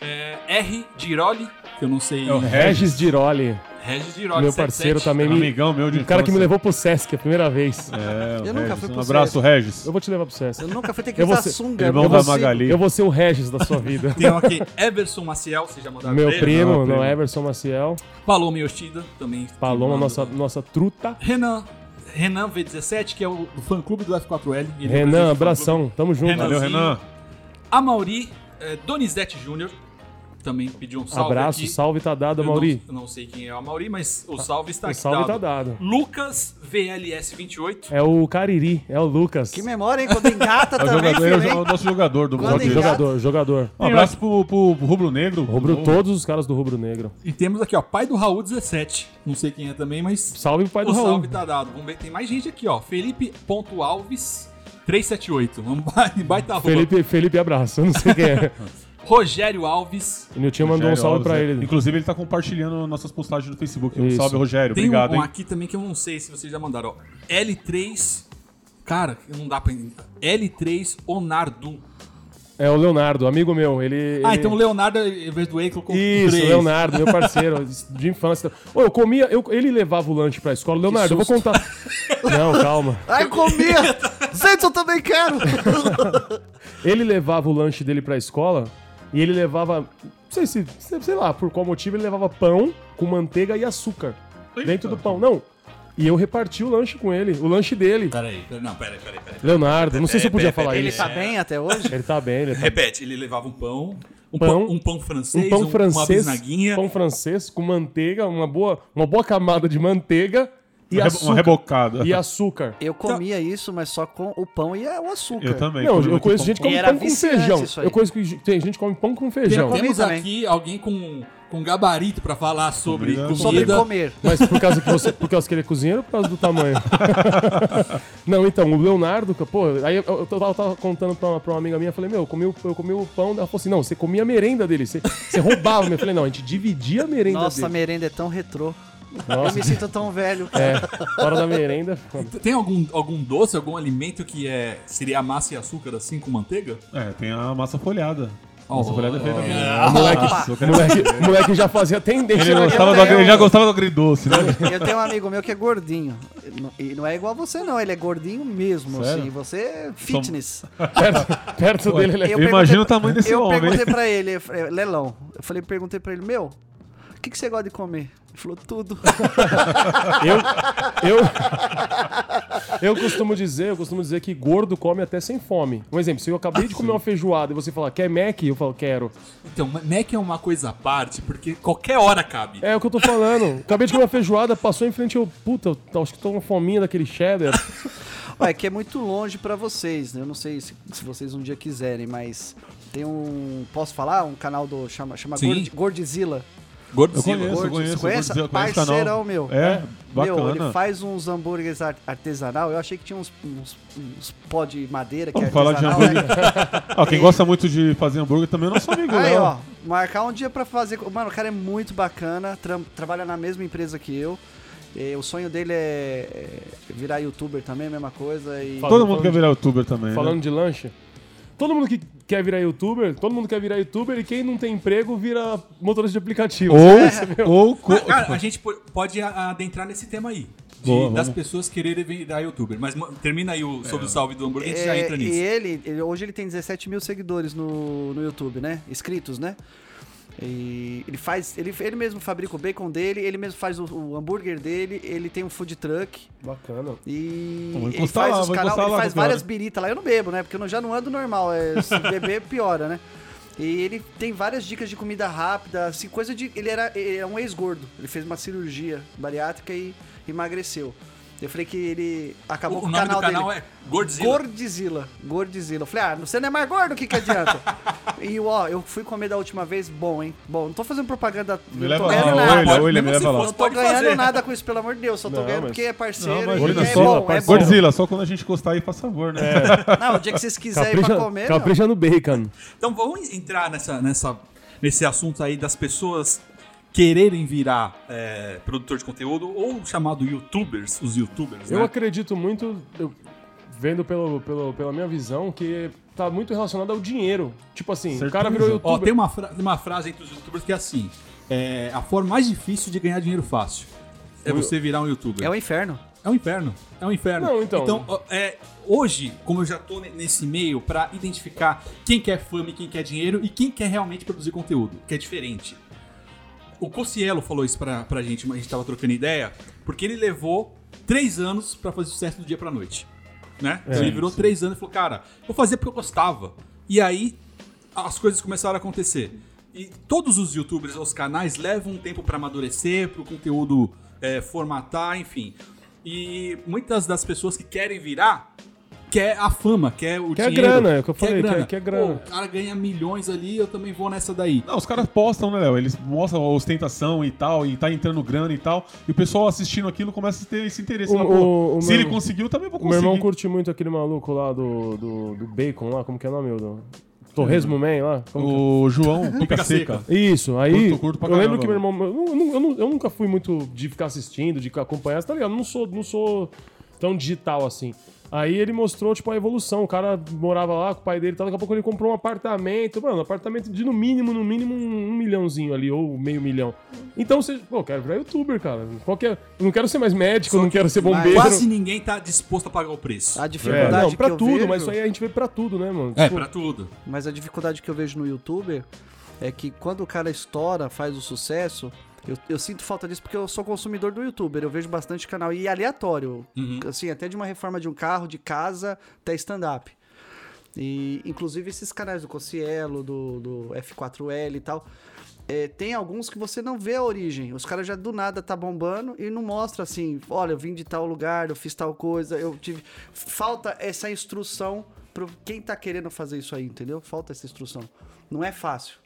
S1: é, R. Giroli, que eu não sei.
S4: É.
S3: Regis Diroli,
S1: Regis Giroli,
S3: É meu parceiro
S1: 77.
S3: também. me-
S4: Amigão meu de
S3: O Um cara que me
S4: infância.
S3: levou pro Sesc a primeira vez.
S4: É, o
S2: Eu nunca
S4: Regis.
S2: fui
S4: Um
S2: pro
S4: abraço,
S2: Sesc.
S4: Regis.
S3: Eu vou te levar pro Sesc.
S2: eu nunca fui ter que
S3: Eu vou
S2: usar
S3: ser-
S2: sunga.
S4: Irmão
S2: eu
S4: da
S2: consigo.
S4: Magali.
S3: Eu vou ser o Regis da sua vida.
S1: Tem um aqui, Everson Maciel, vocês já mandaram
S3: Meu
S1: pra ele?
S3: primo,
S4: primo.
S3: meu Everson Maciel.
S1: Paloma Yoshida, também.
S3: Paloma,
S1: Manda.
S3: nossa, nossa truta.
S1: Renan, Renan V17, que é o do fã-clube do F4L. Ele é
S3: Renan,
S1: representa o fã-clube.
S3: abração. Tamo junto.
S1: Renan.
S4: Valeu,
S3: Tá,
S4: Renan.
S1: A Mauri, é, Donizete Júnior, também pediu um salve
S3: Abraço,
S1: aqui.
S3: salve tá dado,
S1: Eu não-
S3: Mauri.
S1: Eu não, sei quem é o Mauri, mas o salve está
S3: O
S1: aqui
S3: salve tá
S1: dado.
S3: dado.
S1: Lucas VLS28.
S3: É o Cariri, é o Lucas.
S2: Que memória, hein? Quando engata
S4: É
S3: tá,
S4: o,
S2: também,
S4: jogador,
S2: filho,
S4: é o
S2: hein?
S4: nosso jogador do
S2: Quando
S4: Brasil.
S2: ele-
S3: Jogador, jogador. Um
S4: Um abraço pro, pro Rubro Negro.
S3: Rubro,
S4: Pro-
S3: todos os caras do Rubro Negro.
S1: E temos aqui, ó, pai do Raul 17. Não sei quem é também, mas
S3: Salve pro pai do
S1: o
S3: Raul.
S1: salve tá dado. Vamos ver, tem mais gente aqui, ó. Felipe.alves 378. Um ba- baita arroba.
S3: Felipe, Felipe, abraço. Eu não sei quem é.
S1: Rogério Alves.
S3: O Nilton mandou um
S4: Rogério
S3: salve
S4: Alves,
S3: pra
S4: né?
S3: ele.
S4: Inclusive, ele tá compartilhando nossas postagens no Facebook. Um
S3: Isso.
S4: salve, Rogério.
S1: Tem um,
S4: Obrigado,
S1: um
S4: hein?
S1: aqui também que eu não sei se vocês já mandaram, ó. L3. Cara, não dá pra. L3 Onardu.
S3: É o Leonardo, amigo meu. Ele.
S1: Ah,
S3: ele-
S1: então o Leonardo, em vez do Eiko, com
S3: Isso,
S1: três.
S3: Leonardo, meu parceiro de infância. Ô, eu comia, eu- ele levava o lanche pra escola. Leonardo, eu vou
S2: susto.
S3: contar. Não, calma.
S2: Ai, comia! Sente, eu também quero!
S3: Ele levava o lanche dele pra escola e ele levava. Não sei se. Sei sei lá, por qual motivo ele levava pão com manteiga e açúcar dentro do pão. Não. E eu reparti o lanche com ele, o lanche dele.
S1: Peraí, peraí, não, peraí, peraí, peraí.
S3: Leonardo, não sei se eu podia
S1: Peraí,
S3: falar
S2: Ele
S3: isso.
S2: tá bem até hoje?
S3: Ele tá bem, ele tá
S1: Repete, ele levava um pão, um
S3: Pão.
S1: pão, um pão francês,
S3: um pão
S1: uma
S3: francês,
S1: bisnaguinha.
S3: pão francês com manteiga, uma boa, uma boa camada de manteiga e
S4: Uma rebo-
S3: açúcar.
S4: Uma rebocada.
S3: E açúcar.
S2: Eu comia isso, mas só com o pão e o açúcar.
S4: Eu também.
S3: Não,
S4: Quando
S3: Então- eu conheço
S4: com-
S3: gente que come
S2: Era
S3: pão com
S2: viciante
S3: feijão.
S2: isso aí.
S3: Eu conheço que tem gente que come pão com feijão.
S2: Comi
S1: Temos
S2: também.
S1: aqui alguém com, com gabarito pra falar sobre
S4: Comida.
S1: comida.
S2: Sobre comer.
S3: Mas por causa que você, por causa que ele é cozinheiro ou por causa do tamanho? não, então, o Leonardo, que, pô, aí eu, eu tava, tava contando pra uma, pra uma amiga minha, eu falei, meu, eu comi, o, eu comi o pão, ela falou assim, não, você comia a merenda dele, você, você roubava. Eu falei, não, a gente dividia a merenda
S2: Nossa, a
S3: dele.
S2: merenda é tão retrô. Eu
S3: Nossa,
S2: me sinto tão velho.
S3: é. Hora da merenda. é
S1: Tem algum, algum doce, algum alimento que é seria massa e açúcar assim com manteiga?
S4: É, tem a massa folhada. A
S1: Oh.
S4: massa folhada é feita com
S2: Oh.
S3: O moleque,
S4: Nossa, eu quero-
S3: moleque, moleque já fazia tendência.
S4: Ele,
S3: né?
S4: gostava do,
S2: tenho-
S4: agri- ele já gostava do agridoce, né?
S2: Eu tenho um amigo meu que é gordinho. E não é igual a você, não. Ele é gordinho mesmo,
S4: Sério?
S2: assim. Você é fitness.
S3: Perto, perto dele, ele é
S4: Eu,
S2: perguntei-
S4: imagino o tamanho desse
S2: eu
S4: homem.
S2: perguntei pra ele, eu falei, Lelão, eu falei, perguntei pra ele, meu, o que, que você gosta de comer? Ele falou, tudo.
S3: Eu, eu, eu costumo dizer, eu costumo dizer que gordo come até sem fome. Um exemplo, se eu acabei de comer uma feijoada e você falar, quer Mac? Eu falo, quero.
S1: Então, Mac é uma coisa à parte, porque qualquer hora cabe.
S3: É o que eu tô falando. Acabei de comer uma feijoada, passou em frente, eu, puta, eu tô- acho que tô com fominha daquele cheddar.
S2: Ué, que é muito longe pra vocês, né? Eu não sei se, se vocês um dia quiserem, mas tem um, posso falar? Um canal do, chama, chama
S1: Sim.
S2: Gord- Gordzilla.
S4: Eu
S1: Gordzilla.
S4: conheço, eu
S2: Gordo,
S4: conheço.
S2: você conhece?
S4: eu conheço o canal.
S2: Parceirão meu.
S4: É,
S2: Meu, ele
S4: bacana.
S2: faz uns hambúrgueres ar- artesanal. Eu achei que tinha uns, uns, uns pó de madeira que é
S4: Vamos falar de
S2: artesanal, né?
S4: hambúrguer. Ah, quem gosta muito de fazer hambúrguer também é nosso amigo,
S2: Aí,
S4: Léo.
S2: ó, marcar um dia pra fazer. Mano, o cara é muito bacana, tra- trabalha na mesma empresa que eu. Eh, o sonho dele é é virar youtuber também, mesma coisa. E...
S3: Fala.
S4: Todo mundo
S3: falando
S4: quer
S3: de-
S4: virar youtuber
S1: É.
S4: também, né?
S3: Falando de lanche. Todo mundo que quer virar youtuber, todo mundo quer virar youtuber e quem não tem emprego vira motorista de aplicativo.
S4: Ou, ou co-
S1: Mas, cara, a gente po- pode a- adentrar nesse tema aí. de-
S4: Boa,
S1: das
S4: vamos.
S1: pessoas quererem virar youtuber. Mas mo- termina aí
S3: É.
S1: o, sobre o salve do hambúrguer, a gente
S2: É,
S1: já entra
S2: e
S1: nisso.
S2: ele, ele- hoje ele tem 17 mil seguidores no, no YouTube, né? Inscritos, né? E ele faz. Ele, ele mesmo fabrica o bacon dele, ele mesmo faz o, o hambúrguer dele, ele tem um food truck.
S3: Bacana.
S2: E
S4: Vou
S2: ele
S4: encostar
S2: faz
S4: lá,
S2: os
S4: vou
S2: canal,
S4: encostar
S2: ele
S4: lá
S2: faz
S4: qualquer
S2: várias
S4: hora.
S2: biritas lá. Eu não bebo, né? Porque eu não- já não ando normal. é, se beber, piora, né? E ele tem várias dicas de comida rápida, assim, coisa de. Ele era, ele era um ex-gordo. Ele fez uma cirurgia bariátrica e emagreceu. Eu falei que ele
S1: O,
S2: acabou
S1: o
S2: com o
S1: nome
S2: canal,
S1: do canal
S2: dele.
S1: é Gordzilla.
S2: Gordzilla. Gordzilla. Eu falei, ah, você não é mais gordo, o que que adianta? e ó, eu fui comer da última vez, bom, hein? Bom, não tô fazendo propaganda.
S4: Me
S2: não
S4: leva
S2: tô
S4: lá,
S2: ganhando
S4: olha,
S2: nada.
S1: Mesmo
S4: olha, me
S1: se
S4: leva lá.
S1: fosse,
S2: Tô
S1: pode
S2: ganhando
S1: fazer.
S2: nada com isso, pelo amor de Deus. Só tô
S3: Não,
S2: ganhando
S3: mas-
S2: porque é
S4: Não,
S2: parceiro e
S4: imagina,
S2: é
S4: só-
S2: bom, é bom.
S4: Godzilla, só quando a gente encostar aí, por favor, né?
S3: É.
S2: Não, o dia que vocês quiserem ir é pra
S3: Capricha,
S2: comer, meu.
S3: capricha no bacon.
S1: Então vamos entrar nessa, nessa, nesse assunto aí das pessoas quererem virar é, produtor de conteúdo ou chamado youtubers, os youtubers,
S3: Eu
S1: né?
S3: acredito muito, eu- vendo pelo, pelo- pela minha visão, que tá muito relacionado ao dinheiro. Tipo assim, o cara virou
S1: Ó,
S3: youtuber.
S1: tem um uma, fra- tem uma frase entre os youtubers que é assim: é, a forma mais difícil de ganhar dinheiro fácil é você virar um youtuber.
S2: É um inferno.
S1: É um inferno. É um inferno.
S3: Não, então-
S1: ó, é, hoje, como eu já tô ne- nesse meio pra identificar quem quer fama e quem quer dinheiro e quem quer realmente produzir conteúdo, que é diferente. O Cossielo falou isso pra, pra gente, mas a gente tava trocando ideia, porque ele levou três anos pra fazer sucesso do dia pra noite. Né?
S3: É.
S1: então ele virou três anos e falou, cara, vou fazer porque eu gostava. E aí as coisas começaram a acontecer. E todos os youtubers, os canais, levam um tempo pra amadurecer, pro conteúdo é, formatar, enfim. E muitas das pessoas que querem virar quer a fama, quer o
S3: Quer
S1: dinheiro.
S3: grana, é o que eu falei, quer- quer grana.
S1: Pô, o cara ganha milhões ali, eu também vou nessa daí.
S4: Não, os caras postam, né, Léo? Eles mostram a ostentação e tal, e tá entrando grana e tal. E o pessoal assistindo aquilo começa a ter esse interesse.
S3: O-
S4: Fala, pô,
S3: o- o
S4: se
S3: meu-
S4: ele conseguiu, também vou
S3: O meu
S4: conseguir.
S3: irmão curte muito aquele maluco lá do, do, do bacon lá, como que é o nome? o Do... Torresmo Man lá? Como que
S4: O João, pica
S1: Pica
S4: seca.
S1: Seca.
S3: é? Isso, aí.
S4: Curto, curto pra
S3: eu lembro
S4: caramba,
S3: que meu irmão. Eu, nu- eu nu- eu nunca fui muito de ficar assistindo, de acompanhar, você tá ligado? Eu Não sou, não sou tão digital assim. Aí ele mostrou, tipo, a evolução. O cara morava lá com o pai dele e tal. Daqui a pouco ele comprou um apartamento. Mano, um apartamento de no mínimo, no mínimo, um, um milhãozinho ali, ou meio milhão. Então você. Pô, eu quero virar youtuber, cara. Qual que é? Eu não quero ser mais médico, eu não quero ser um bombeiro.
S1: Quase ninguém tá disposto a pagar o preço.
S2: A
S3: É,
S2: dificuldade
S3: não,
S2: que
S3: pra
S2: eu
S3: tudo,
S2: vejo,
S3: mas isso aí é- a gente vê pra tudo, né, mano?
S1: É,
S3: Tipo,
S1: pra tudo.
S2: mas a dificuldade que eu vejo no youtuber é que quando o cara estoura, faz o sucesso, eu, eu sinto falta disso porque eu sou consumidor do youtuber, eu vejo bastante canal e é aleatório,
S1: Uhum.
S2: assim, até de uma reforma de um carro, de casa, até stand-up. E, inclusive, esses canais do Cossielo, do, do F4L e tal. é, tem alguns que você não vê a origem. Os caras já do nada tá bombando e não mostra assim: olha, eu vim de tal lugar, eu fiz tal coisa, eu tive. Falta essa instrução pra quem tá querendo fazer isso aí, entendeu? Falta essa instrução. Não é fácil.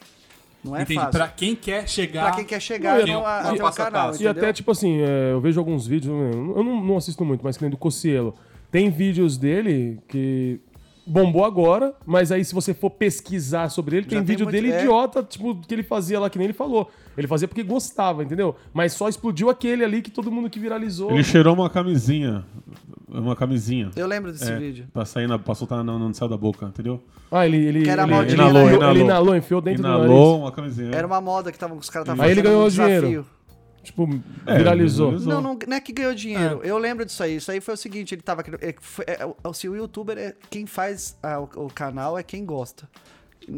S2: Não é
S1: Entendi.
S2: fácil.
S1: Pra
S2: Pra,
S1: quem quer chegar.
S2: quem quer chegar
S1: Não, e
S2: no- a-
S1: não
S2: até o
S1: passa a
S2: canal.
S1: passo.
S3: E
S2: Entendeu?
S3: até, tipo assim, é, eu vejo alguns vídeos, né, eu não, não assisto muito, mas que nem do Cossielo. Tem vídeos dele que bombou agora, mas aí se você for pesquisar sobre ele, tem,
S2: tem
S3: vídeo
S2: muito-
S3: dele
S2: é.
S3: idiota, tipo, que ele fazia lá, que nem ele falou. Ele fazia porque gostava, entendeu? Mas só explodiu aquele ali que todo mundo que viralizou.
S4: Ele cheirou uma camisinha. Uma camisinha.
S2: Eu lembro desse
S4: É,
S2: vídeo.
S4: Pra sair na, pra soltar na, no céu da boca, entendeu?
S3: Ah, ele, ele,
S2: Que era né?
S3: ele,
S2: Tá mal
S3: ele,
S2: de
S3: inalou,
S2: nariz.
S3: ele inalou, enfiou dentro do nariz.
S4: Inalou uma camisinha.
S2: Era uma moda que tava, os
S1: Hum.
S2: caras estavam
S3: Aí ele ganhou dinheiro.
S2: desafio.
S3: Tipo,
S4: É,
S3: viralizou.
S4: viralizou.
S2: Não, não, não é que ganhou
S4: Ah.
S2: dinheiro. Eu lembro disso aí. Isso aí foi o seguinte, ele tava... querendo- é, foi- é, o- o- se o youtuber é... Quem faz ah, o, o canal é quem gosta.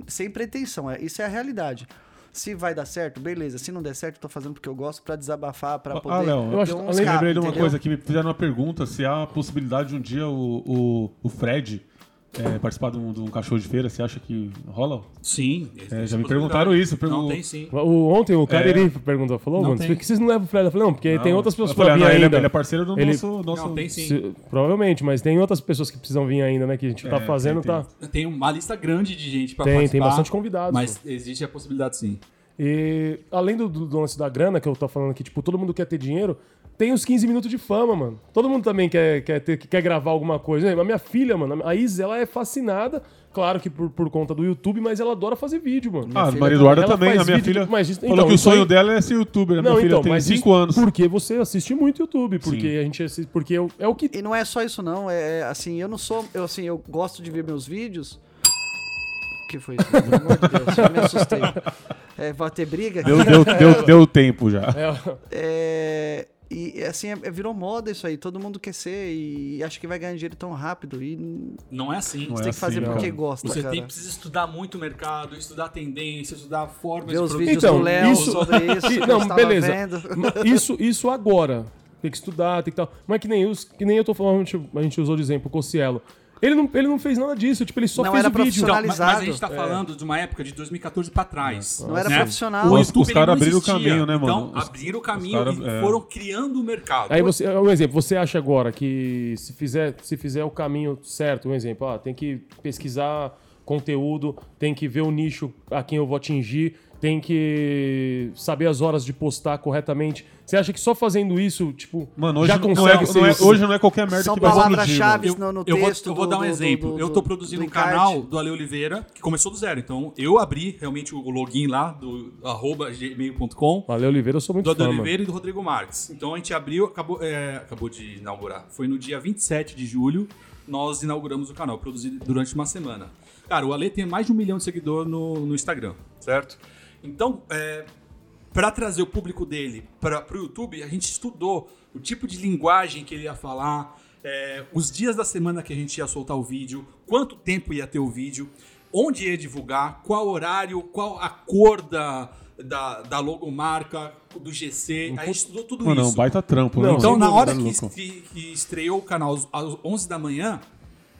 S2: Sem pretensão. É, isso é a realidade. Se vai dar certo, beleza. Se não der certo, eu tô fazendo porque eu gosto, pra desabafar, pra poder...
S4: Ah, Léo,
S3: Eu acho-
S2: ter um
S3: eu
S4: Eu
S2: escape,
S4: lembrei de uma
S2: entendeu?
S4: coisa que me fizeram uma pergunta se há a possibilidade de um dia o, o, o Fred é, participar de um, de um cachorro de feira. Você acha que rola?
S1: Sim. existe
S4: É, me
S1: possibilidade.
S4: perguntaram isso, pergun-
S1: Não, tem sim.
S3: O- ontem o cara
S4: É.
S3: ele perguntou, falou,
S4: Não
S3: mano,
S4: tem.
S3: por que vocês não levam o Fred? Eu falei, não, porque tem outras pessoas
S4: Eu falei,
S3: pra
S4: ah,
S3: vir
S4: não, ele,
S3: ainda.
S4: é, ele é parceiro do
S3: Ele-
S4: nosso. nosso
S1: Não, tem sim.
S3: Se- provavelmente, mas tem outras pessoas que precisam vir ainda, né? Que a gente tá
S4: É,
S3: fazendo,
S4: tem, tem.
S3: tá.
S1: Tem uma lista grande de gente pra
S3: Tem, tem
S1: participar.
S3: bastante convidados,
S1: Mas existe a possibilidade sim.
S3: E além do, do lance da grana, que eu tô falando que, tipo, todo mundo quer ter dinheiro, tem os 15 minutos de fama, mano. Todo mundo também quer, quer, ter, quer gravar alguma coisa. né? A minha filha, mano, a Isa, ela é fascinada, claro que por, por conta do YouTube, mas ela adora fazer vídeo, mano.
S4: Ah,
S2: filha
S4: Maria Eduarda
S3: ela
S4: também.
S3: faz
S4: A minha
S3: vídeo
S4: filha
S3: de- mas isso-
S4: falou
S3: então,
S4: que o
S3: isso aí-
S4: sonho dela é ser youtuber. A minha filha tem
S3: então, mas
S4: 5
S3: isso
S4: anos.
S3: Porque você assiste muito YouTube, porque a gente assiste, porque eu- é o que
S2: E não é só isso, não. É é, assim, eu não sou. Eu assim, eu gosto de ver meus vídeos. O que foi isso? Pelo amor de Deus, eu me assustei. É, vai ter briga aqui.
S4: Deu, deu, deu, deu tempo já.
S2: É, e assim, é- é- virou moda isso aí. Todo mundo quer ser e acha que vai ganhar dinheiro tão rápido. E n-
S1: Não é assim.
S4: Não
S2: você
S4: é
S2: tem que fazer
S4: assim,
S2: porque
S4: cara.
S2: gosta,
S1: Você
S2: cara.
S1: tem, precisa estudar muito o mercado, estudar tendência, estudar formas
S2: Ver os
S1: produzir.
S2: vídeos
S3: Então,
S2: do Léo
S3: isso-
S2: sobre isso.
S3: E-
S2: que eu
S3: não,
S2: estava
S3: beleza.
S2: vendo.
S3: Ma- Isso, isso agora. Tem que estudar, tem que tal. Mas que nem, os, que nem eu tô falando, tipo, a gente usou de exemplo o Cocielo. Ele não, ele não fez nada disso, tipo, ele só
S2: Não
S3: fez
S2: era
S3: o vídeo.
S1: Então, ma- mas, a
S2: Analisado.
S1: gente tá falando de uma época de 2014 pra trás.
S2: É. Não era
S1: né?
S2: profissional.
S1: O
S4: Os-
S1: YouTube,
S4: os caras
S1: ele não
S4: abriram o
S1: existia.
S4: caminho, né, mano?
S1: Então,
S4: Os-
S1: abriram o
S4: os
S1: caminho
S4: caras-
S1: e
S4: é.
S1: foram criando o mercado.
S3: Aí você, um exemplo, você acha agora que se fizer, se fizer o caminho certo, um exemplo, ah, tem que pesquisar conteúdo, tem que ver o nicho a quem eu vou atingir, tem que saber as horas de postar corretamente. Você acha que só fazendo isso, tipo,
S4: Mano, hoje
S3: já
S4: não,
S3: consegue
S4: não é,
S3: ser
S4: não é-
S3: isso?
S4: hoje não é qualquer merda
S2: São
S4: que vai
S2: palavras-chave.
S1: eu,
S2: no- no
S1: eu vou,
S2: texto
S1: eu vou
S2: do-
S1: dar um
S2: do-
S1: exemplo.
S2: do-
S1: eu
S2: do-
S1: tô produzindo
S2: do
S1: um
S2: encarte.
S1: canal do Ale Oliveira, que começou do zero. Então, eu abri realmente o login lá do arroba gmail.com
S3: Valeu, Oliveira, eu sou muito
S1: do Ado
S3: fã. mano.
S1: Oliveira e do Rodrigo Marques. Então a gente abriu, acabou, é, acabou de inaugurar. Foi no dia 27 de julho, nós inauguramos o canal, produzido durante uma semana. Cara, o Ale tem mais de um milhão de seguidores no, no Instagram, certo? Então, é, para trazer o público dele para o YouTube, a gente estudou o tipo de linguagem que ele ia falar, é, os dias da semana que a gente ia soltar o vídeo, quanto tempo ia ter o vídeo, onde ia divulgar, qual horário, qual a cor da, da, da logomarca, do GC. A gente estudou tudo
S4: Mano, é um
S1: isso.
S4: baita trampo, né?
S3: Não,
S4: mano?
S1: Então, na hora
S4: Tá
S1: que,
S4: louco.
S1: que- que estreou o canal às- às 11 da manhã,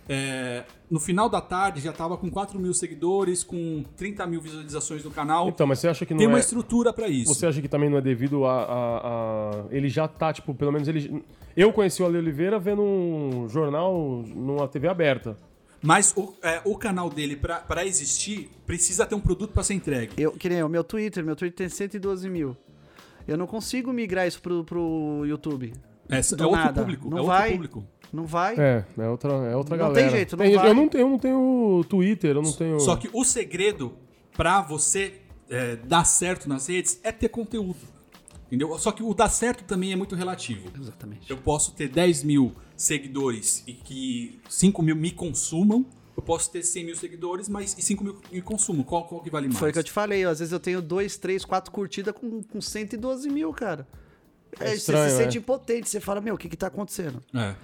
S1: é, no final da tarde já tava com 4 mil seguidores, com 30 mil visualizações no canal.
S3: Então, mas você acha que não
S1: Tem uma
S3: é...
S1: estrutura para isso.
S3: Você acha que também não é devido a, a- a- Ele já tá, tipo, pelo menos ele. Eu conheci o Ale Oliveira vendo um jornal numa TV aberta.
S1: Mas o, é, o canal dele, pra pra existir, precisa ter um produto pra ser entregue.
S2: Eu, que nem o meu Twitter, meu Twitter tem 112 mil. Eu não consigo migrar isso pro, pro YouTube.
S1: É, é
S2: Do
S1: outro
S2: nada.
S1: público.
S2: Não
S1: é
S2: vai.
S1: outro público.
S2: Não vai.
S3: É, é outra, é outra
S2: Não tem
S3: galera.
S2: jeito, não
S3: Tem-
S2: vai.
S3: Eu não tenho, eu não tenho Twitter, eu não tenho.
S1: Só que o segredo pra você é, dar certo nas redes é ter conteúdo. Entendeu? Só que o dar certo também é muito relativo.
S2: Exatamente.
S1: Eu posso ter 10 mil seguidores e que 5 mil me consumam. Eu posso ter 100 mil seguidores, mas e 5 mil me consumam. Qual, qual que vale mais?
S2: Foi o que eu te falei, ó, às vezes eu tenho 2, 3, 4 curtidas com, com 112 mil, cara.
S3: É
S2: Aí
S3: estranho,
S2: você se
S3: né?
S2: sente impotente, você fala, meu, o que que tá acontecendo?
S1: É.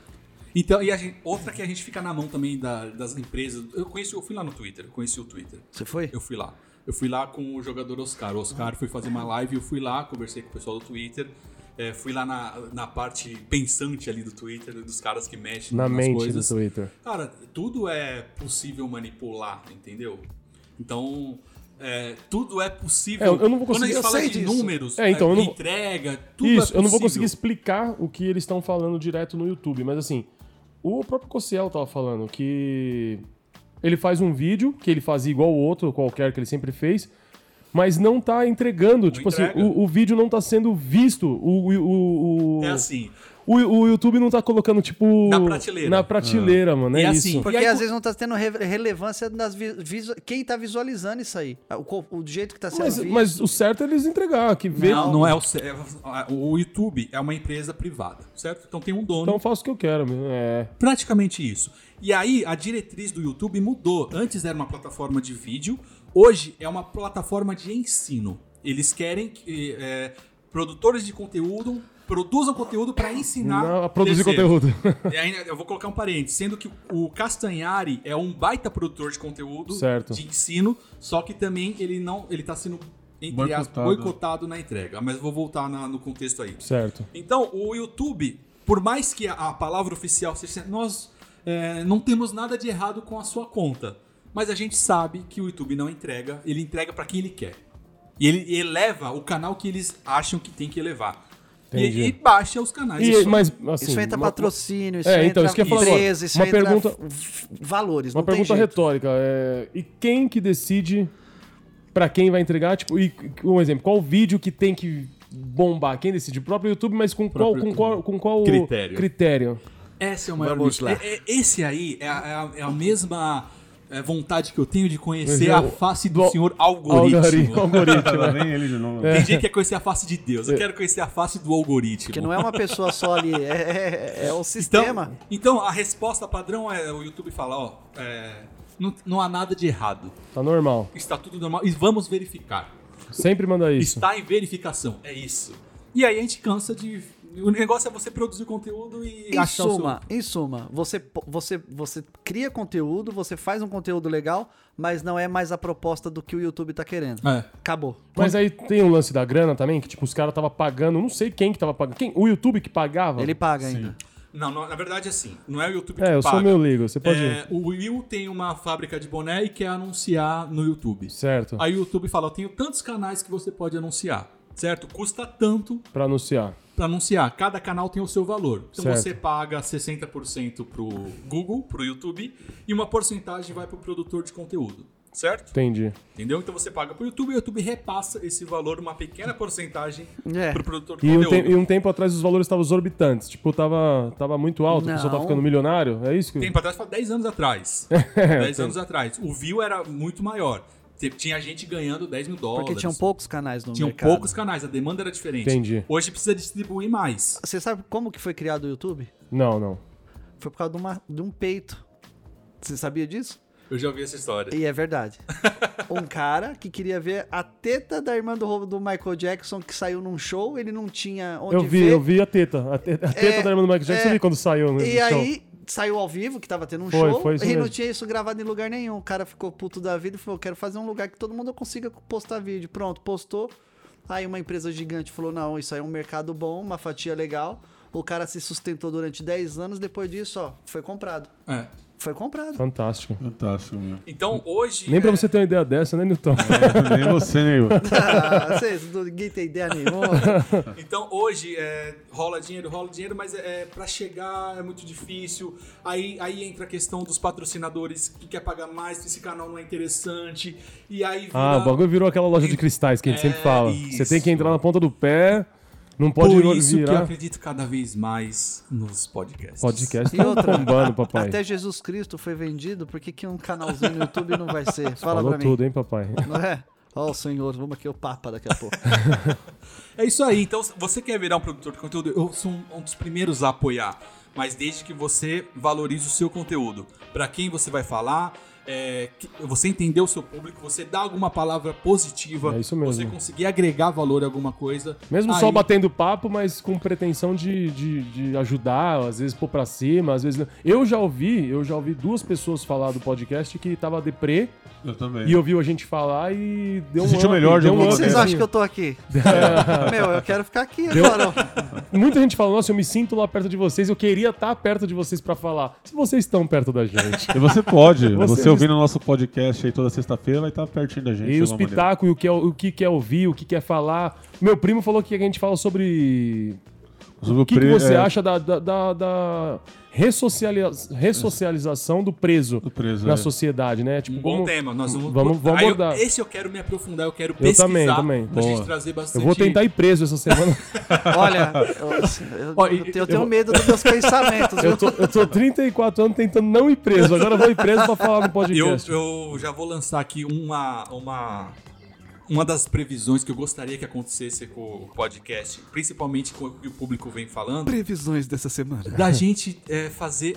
S1: Então, e a gente- outra que a gente fica na mão também da- das empresas. Eu conheci, eu fui lá no Twitter, eu conheci o Twitter.
S2: Você foi?
S1: Eu fui lá. Eu fui lá com o jogador Oscar. O Oscar foi fazer uma live, eu fui lá, conversei com o pessoal do Twitter. É, fui lá na, na parte pensante ali do Twitter, dos caras que mexem
S3: Na
S1: nas
S3: mente
S1: coisas.
S3: do Twitter.
S1: Cara, tudo é possível manipular, entendeu? Então, é, tudo é possível.
S3: É, eu não vou
S1: Quando a
S3: conseguir-
S1: gente
S3: eu
S1: fala
S2: sei
S1: de
S2: disso.
S1: números,
S3: É, então, eu não vou-
S1: entrega, tudo
S3: Isso,
S1: é
S3: eu não vou
S1: possível.
S3: conseguir explicar o que eles estão falando direto no YouTube, mas assim, o próprio Cossiel tava falando que ele faz um vídeo que ele fazia igual o outro, qualquer que ele sempre fez, mas não tá entregando, tipo
S1: entrega.
S3: assim, o, o vídeo não tá sendo visto, o, o, o- o-
S1: É assim.
S3: o, o YouTube não tá colocando, tipo.
S1: Na prateleira.
S3: Na prateleira, mano. É
S1: E assim,
S3: isso.
S1: por-
S2: Porque
S1: aí,
S2: às vezes não tá tendo re- relevância nas vi- visu- quem tá visualizando isso aí. Ah, O, co- o jeito que tá sendo
S3: Mas,
S2: visto.
S3: mas o certo é eles entregar, que vê.
S1: Não, não é o cer- é- O YouTube é uma empresa privada, certo? Então tem um dono.
S3: Então eu faço o que eu quero, meu. É.
S1: Praticamente isso. E aí, a diretriz do YouTube mudou. Antes era uma plataforma de vídeo, hoje é uma plataforma de ensino. Eles querem que eh, produtores de conteúdo produzam conteúdo para ensinar.
S3: Não, a produzir
S1: terceiros.
S3: conteúdo.
S1: E ainda, eu vou colocar um parênteses, sendo que o Castanhari é um baita produtor de conteúdo
S3: Certo.
S1: de ensino, só que também ele não, ele tá sendo entre aspas,
S4: Boicotado.
S1: boicotado na entrega, mas eu vou voltar na- no contexto aí.
S3: certo.
S1: Então, o YouTube, por mais que a, a palavra oficial seja nós é, não temos nada de errado com a sua conta, mas a gente sabe que o YouTube não entrega, ele entrega pra quem ele quer. E ele eleva o canal que eles acham que tem que elevar. E,
S3: Entendi.
S1: e baixa os canais.
S3: E,
S1: Isso-
S3: mas, assim,
S2: isso entra
S3: uma-
S2: patrocínio, isso
S3: É, então,
S2: entra
S3: isso que eu ia falar agora.
S2: empresa, isso
S3: Uma
S2: entra
S3: pergunta-
S2: f- valores.
S3: Uma
S2: não tem
S3: pergunta
S2: jeito.
S3: retórica. é, E quem que decide pra quem vai entregar? Tipo, e, um exemplo, qual vídeo que tem que bombar? Quem decide? O próprio YouTube, mas com, qual,
S1: Próprio
S3: com,
S1: YouTube.
S3: qual, com qual
S1: Critério.
S3: critério?
S1: Essa é o maior
S2: Vamos
S1: mito.
S2: lá.
S1: É- é- esse aí é a, é a- é a mesma é, vontade que eu tenho de conhecer
S3: Eu-
S1: a face do
S3: do-
S1: senhor algoritmo.
S3: Algoritmo. É. algoritmo.
S4: Lá vem tá, ele de novo.
S3: É.
S1: Tem gente que quer conhecer a face de Deus. Eu quero conhecer a face do algoritmo.
S2: Porque não é uma pessoa só ali, é, é, é o
S1: Então,
S2: sistema.
S1: então, a resposta padrão é o YouTube falar, ó, é, não, não há nada de errado.
S3: Tá normal.
S1: Está tudo normal e vamos verificar.
S3: Sempre manda isso.
S1: Está em verificação, é isso. E aí a gente cansa de... O negócio é você produzir conteúdo e
S2: Em
S1: achar o seu...
S2: suma, em suma, você, po- você, você cria conteúdo, você faz um conteúdo legal, mas não é mais a proposta do que o YouTube tá querendo.
S1: É.
S2: Acabou.
S3: Mas aí tem o lance da grana também, que tipo, os caras tava pagando, não sei quem que tava pagando. Quem? O YouTube que pagava?
S2: Ele paga ainda.
S1: Não, não, na verdade é assim, não é o YouTube que
S3: É, eu
S1: paga.
S3: sou meu leigo, você pode ir.
S1: É, o Will tem uma fábrica de boné e quer anunciar no YouTube.
S3: Certo.
S1: Aí o YouTube fala, eu tenho tantos canais que você pode anunciar, certo? Custa tanto
S3: Pra anunciar.
S1: para anunciar. Cada canal tem o seu valor. Então
S3: Certo.
S1: você paga 60% pro Google, pro YouTube, e uma porcentagem vai pro produtor de conteúdo, certo?
S3: Entendi.
S1: Entendeu? Então você paga pro YouTube e o YouTube repassa esse valor, uma pequena porcentagem
S2: É.
S1: pro produtor de
S3: E um,
S1: conteúdo.
S3: tem- e um tempo atrás os valores estavam exorbitantes. Tipo, tava, tava muito alto, o pessoal tava
S2: Não.
S3: ficando milionário. É isso que.
S1: Tempo atrás, fala 10 anos atrás.
S3: É,
S1: 10 anos atrás. O view era muito maior. Te- Tinha gente ganhando 10 mil dólares.
S2: Porque tinham poucos canais no
S1: Tinham
S2: mercado.
S1: poucos canais, a demanda era diferente.
S3: Entendi.
S1: Hoje precisa distribuir mais.
S2: Você sabe como que foi criado o YouTube?
S3: Não, não.
S2: Foi por causa de, uma- de um peito. Você sabia disso?
S1: Eu já ouvi essa história.
S2: E é verdade. Um cara que queria ver a teta da irmã do, ro- do Michael Jackson que saiu num show, ele não tinha onde
S3: Eu vi,
S2: ver.
S3: eu vi a teta. A teta, a teta da irmã do Michael Jackson,
S2: é.
S3: eu vi quando saiu, né?
S2: E
S3: do show.
S2: aí saiu ao vivo, que tava tendo um
S3: Foi,
S2: show,
S3: foi
S2: e
S3: isso
S2: não
S3: mesmo.
S2: tinha isso gravado em lugar nenhum. O cara ficou puto da vida e falou: quero fazer um lugar que todo mundo consiga postar vídeo. Pronto, postou. Aí uma empresa gigante falou: não, isso aí é um mercado bom, uma fatia legal. O cara se sustentou durante 10 anos, depois disso, ó, foi comprado.
S1: É.
S2: Foi comprado.
S3: Fantástico.
S4: Fantástico, meu.
S1: Então hoje.
S3: Nem pra
S1: é,
S3: você ter uma ideia dessa, né, Newton?
S2: É.
S4: Nem você, nem eu.
S2: Ah, Vocês, ninguém tem ideia nenhuma.
S3: Tá.
S1: Então hoje é, rola dinheiro, rola dinheiro, mas é, é, para chegar é muito difícil. Aí, aí entra a questão dos patrocinadores que quer pagar mais, que esse canal não é interessante. E aí vira-
S3: ah, o bagulho virou aquela loja de cristais que a gente
S2: É,
S3: sempre fala. Você tem que entrar na ponta do pé, não pode
S1: Por
S3: vir-
S1: isso que eu
S3: virar.
S1: acredito cada vez mais nos podcasts.
S3: Podcast
S2: E
S3: tá
S2: outra,
S3: bombando, papai.
S2: Até Jesus Cristo foi vendido, por que, que um canalzinho no YouTube não vai ser? Fala
S3: Falou
S2: pra mim.
S3: tudo, hein, papai?
S2: Não é? Ó, o senhor, vamos aqui, o Papa daqui a pouco.
S1: É isso aí. Então, se você quer virar um produtor de conteúdo? Eu sou um, um dos primeiros a apoiar, mas desde que você valorize o seu conteúdo. Pra quem você vai falar, é, que- você entender o seu público, você dar alguma palavra positiva,
S3: É isso mesmo.
S1: você conseguir agregar valor a alguma coisa.
S3: Mesmo
S1: aí-
S3: só batendo papo, mas com pretensão de, de, de ajudar, às vezes pôr pra cima, às vezes não. Eu já ouvi, eu já ouvi duas pessoas falar do podcast que tava deprê
S4: Eu também.
S3: e ouviu a gente falar e deu um
S4: Se sentiu
S3: up,
S4: melhor de
S3: deu um
S2: Por que
S3: up,
S4: alguma
S2: É. vocês
S4: Deus.
S2: acham que eu tô aqui? Meu, eu quero ficar aqui
S3: Deu-
S2: agora.
S3: Muita gente fala, nossa, eu me sinto lá perto de vocês, eu queria estar perto de vocês pra falar. Se vocês estão perto da gente.
S4: E você pode.
S3: Você-
S4: Você, ouvindo o nosso podcast aí toda sexta-feira vai estar pertinho da gente.
S3: E
S4: de
S3: os
S4: alguma maneira.
S3: pitacos, e o que, é- o que quer ouvir, o que quer falar. Meu primo falou que a gente fala sobre
S4: Sobre
S3: o que, que
S4: pre-
S3: você
S4: é,
S3: acha da, da, da- da ressocialia- ressocialização do preso,
S4: Do preso,
S3: na
S4: é.
S3: sociedade, né? Tipo,
S1: Um bom
S3: como-
S1: tema, nós vamos,
S3: vamos- vamos
S1: Aí eu-
S3: abordar.
S1: esse eu quero me aprofundar, eu quero pesquisar.
S3: também, também.
S1: Pra gente
S4: Boa.
S1: trazer
S3: Eu
S1: bastante.
S3: vou tentar ir preso essa semana.
S2: Olha, eu, assim, eu-
S1: Ó, e-
S2: eu tenho- eu
S1: eu
S2: tenho
S1: vou-
S2: medo dos meus pensamentos. viu?
S3: eu, tô, eu tô 34 anos tentando não ir preso. Agora eu vou ir preso pra falar no
S1: Eu,
S3: podcast.
S1: eu já vou lançar aqui uma, uma, uma das previsões que eu gostaria que acontecesse com o podcast, principalmente com o que o público vem falando,
S2: Previsões dessa semana.
S1: da gente é, fazer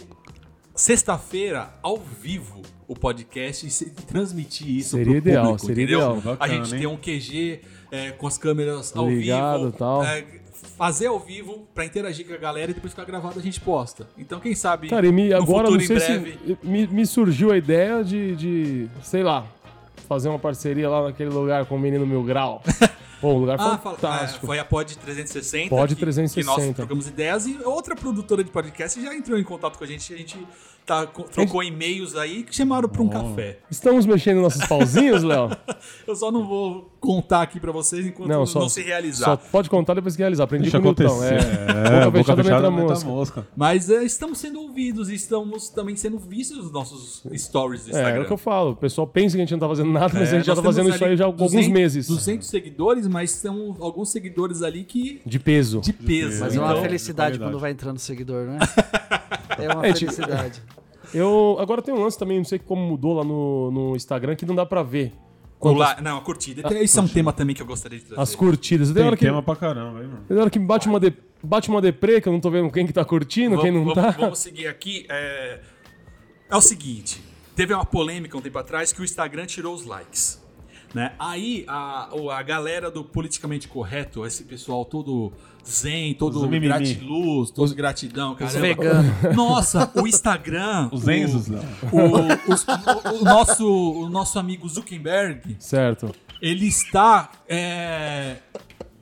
S1: sexta-feira ao vivo o podcast e se- transmitir isso
S3: Seria
S1: pro
S3: ideal,
S1: público,
S3: seria
S1: entendeu?
S3: ideal.
S1: A
S4: Bacana,
S1: gente
S4: hein?
S1: ter um QG é, com as câmeras ao
S3: Ligado,
S1: vivo,
S3: tal.
S1: é, fazer ao vivo pra interagir com a galera e depois ficar gravado a gente posta. Então quem sabe
S3: Cara, e me,
S1: no
S3: agora
S1: futuro
S3: não sei
S1: em
S3: se.
S1: breve.
S3: Me, me surgiu a ideia de, de, sei lá, fazer uma parceria lá naquele lugar com o menino Mil Grau. Pô, um lugar
S1: Ah, fala-
S3: fantástico.
S1: ah, foi a Pod 360.
S3: Pod
S1: que- Que
S3: 360.
S1: nós trocamos ideias e outra produtora de podcast já entrou em contato com a gente. A gente tá, co-
S3: É.
S1: trocou e-mails aí que chamaram pra um
S3: Oh.
S1: café.
S3: Estamos mexendo em nossos pauzinhos, Léo?
S1: Eu só não vou contar aqui pra vocês enquanto não, se realizar.
S3: Só pode contar depois que realizar. Aprendi
S4: Deixa
S3: com o
S4: acontecer.
S3: Milton. É, boca fechada, não tá entra mosca.
S4: mosca.
S1: Mas é, estamos sendo ouvidos e estamos também sendo vistos nos nossos stories do
S3: É,
S1: Instagram. É,
S3: é o que eu falo. O pessoal pensa que a gente não tá fazendo nada, mas a gente já
S1: nós
S3: tá
S1: temos
S3: fazendo isso
S1: ali
S3: aí já há alguns
S1: 200
S3: meses.
S1: 200 seguidores, mas são alguns seguidores ali que...
S3: De peso.
S1: De peso.
S2: Mas é
S1: então,
S2: uma
S4: Então,
S2: felicidade
S4: de qualidade.
S2: quando vai entrando seguidor, né? É uma
S3: É, tipo-
S2: felicidade.
S3: Eu agora tem um lance também, não sei como mudou lá no, no Instagram, que não dá pra ver
S1: o la- Não, a curtida. Esse é um tema também que eu gostaria de trazer.
S3: as curtidas. Tem,
S4: Tem
S3: hora que,
S4: tema pra caramba, hein, mano?
S3: tem hora que bate uma, de, bate uma deprê, que eu não tô vendo quem que tá curtindo, quem não
S1: vamos,
S3: tá.
S1: vamos- vamos seguir aqui. É... é o seguinte: teve uma polêmica um tempo atrás que o Instagram tirou os likes. Né? Aí a, o- a galera do politicamente correto, esse pessoal todo zen, todo
S4: Os mimimi.
S1: gratiluz, todo gratidão, caramba.
S2: veganos.
S1: Nossa, o Instagram.
S4: Os
S1: o-
S4: Enzos, Léo.
S1: o- os- o- o nosso, o nosso amigo Zuckerberg
S3: Certo.
S1: ele está é,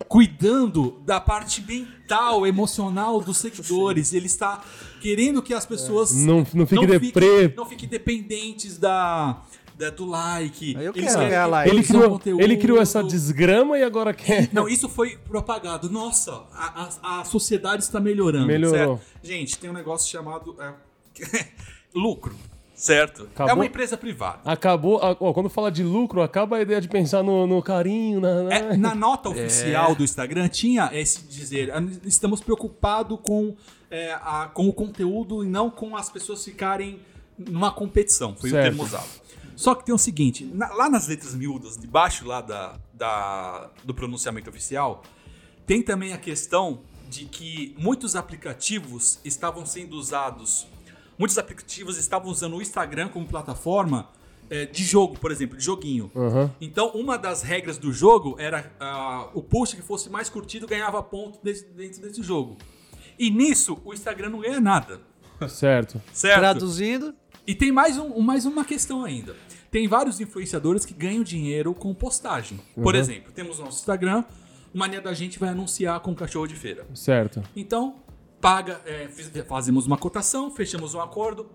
S1: cuidando da parte mental, emocional dos seguidores. Ele está querendo que as pessoas
S3: É. Não- não fique deprê.
S1: não fiquem dependentes da, da- do like.
S2: Eu
S1: Eles
S2: quero
S1: querem
S2: ganhar like.
S3: Ele
S1: produzir um
S3: criou,
S1: conteúdo.
S3: ele criou essa desgrama e agora quer.
S1: Não, isso foi propagado. Nossa, a, a- a sociedade está melhorando.
S3: Melhorou.
S1: certo? Gente, tem um negócio chamado é, lucro, certo? É
S3: Acabou?
S1: uma empresa privada.
S3: Acabou. a- ó, quando fala de lucro, acaba a ideia de pensar no, no carinho, na. na-
S1: É, na nota oficial do Instagram tinha esse dizer: "Ah, estamos preocupados com, é, a- com o conteúdo e não com as pessoas ficarem numa competição. Foi
S3: Certo.
S1: o termo usado. Só que tem o seguinte: na- lá nas letras miúdas, debaixo lá da, da- do pronunciamento oficial, tem também a questão de que muitos aplicativos estavam sendo usados. Muitos aplicativos estavam usando o Instagram como plataforma é, de jogo, por exemplo, de joguinho.
S3: Aham.
S1: Então, uma das regras do jogo era ah, o post que fosse mais curtido ganhava ponto desse- dentro desse jogo. E nisso, o Instagram não ganha nada,
S3: Certo.
S1: certo?
S2: Traduzindo,
S1: E tem mais, um, um- mais uma questão ainda. Tem vários influenciadores que ganham dinheiro com postagem. Por
S3: Uhum.
S1: exemplo, temos nosso Instagram, o mania da gente vai anunciar com o cachorro de feira.
S3: Certo.
S1: Então, paga, é, fiz- fazemos uma cotação, fechamos um acordo,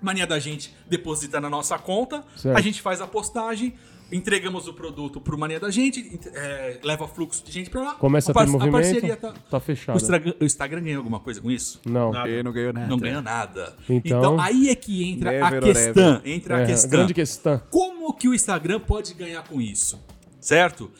S1: mania da gente deposita na nossa conta,
S3: Certo.
S1: a gente faz a postagem, entregamos o produto pro mania da gente, ent- é, leva fluxo de gente pra lá.
S3: Começa a ter
S1: par-
S3: movimento.
S1: parceria tá...
S3: Tá
S1: O
S3: fechado.
S1: Instagram, o Instagram ganha alguma coisa com isso?
S3: Não.
S2: ele não ganhou nada.
S1: Não ganha nada.
S3: É. Então-
S1: aí é que entra a
S2: Never or
S1: questão. Entra
S3: É,
S1: a questão.
S3: grande questão.
S1: Como que o Instagram pode ganhar com isso? Certo?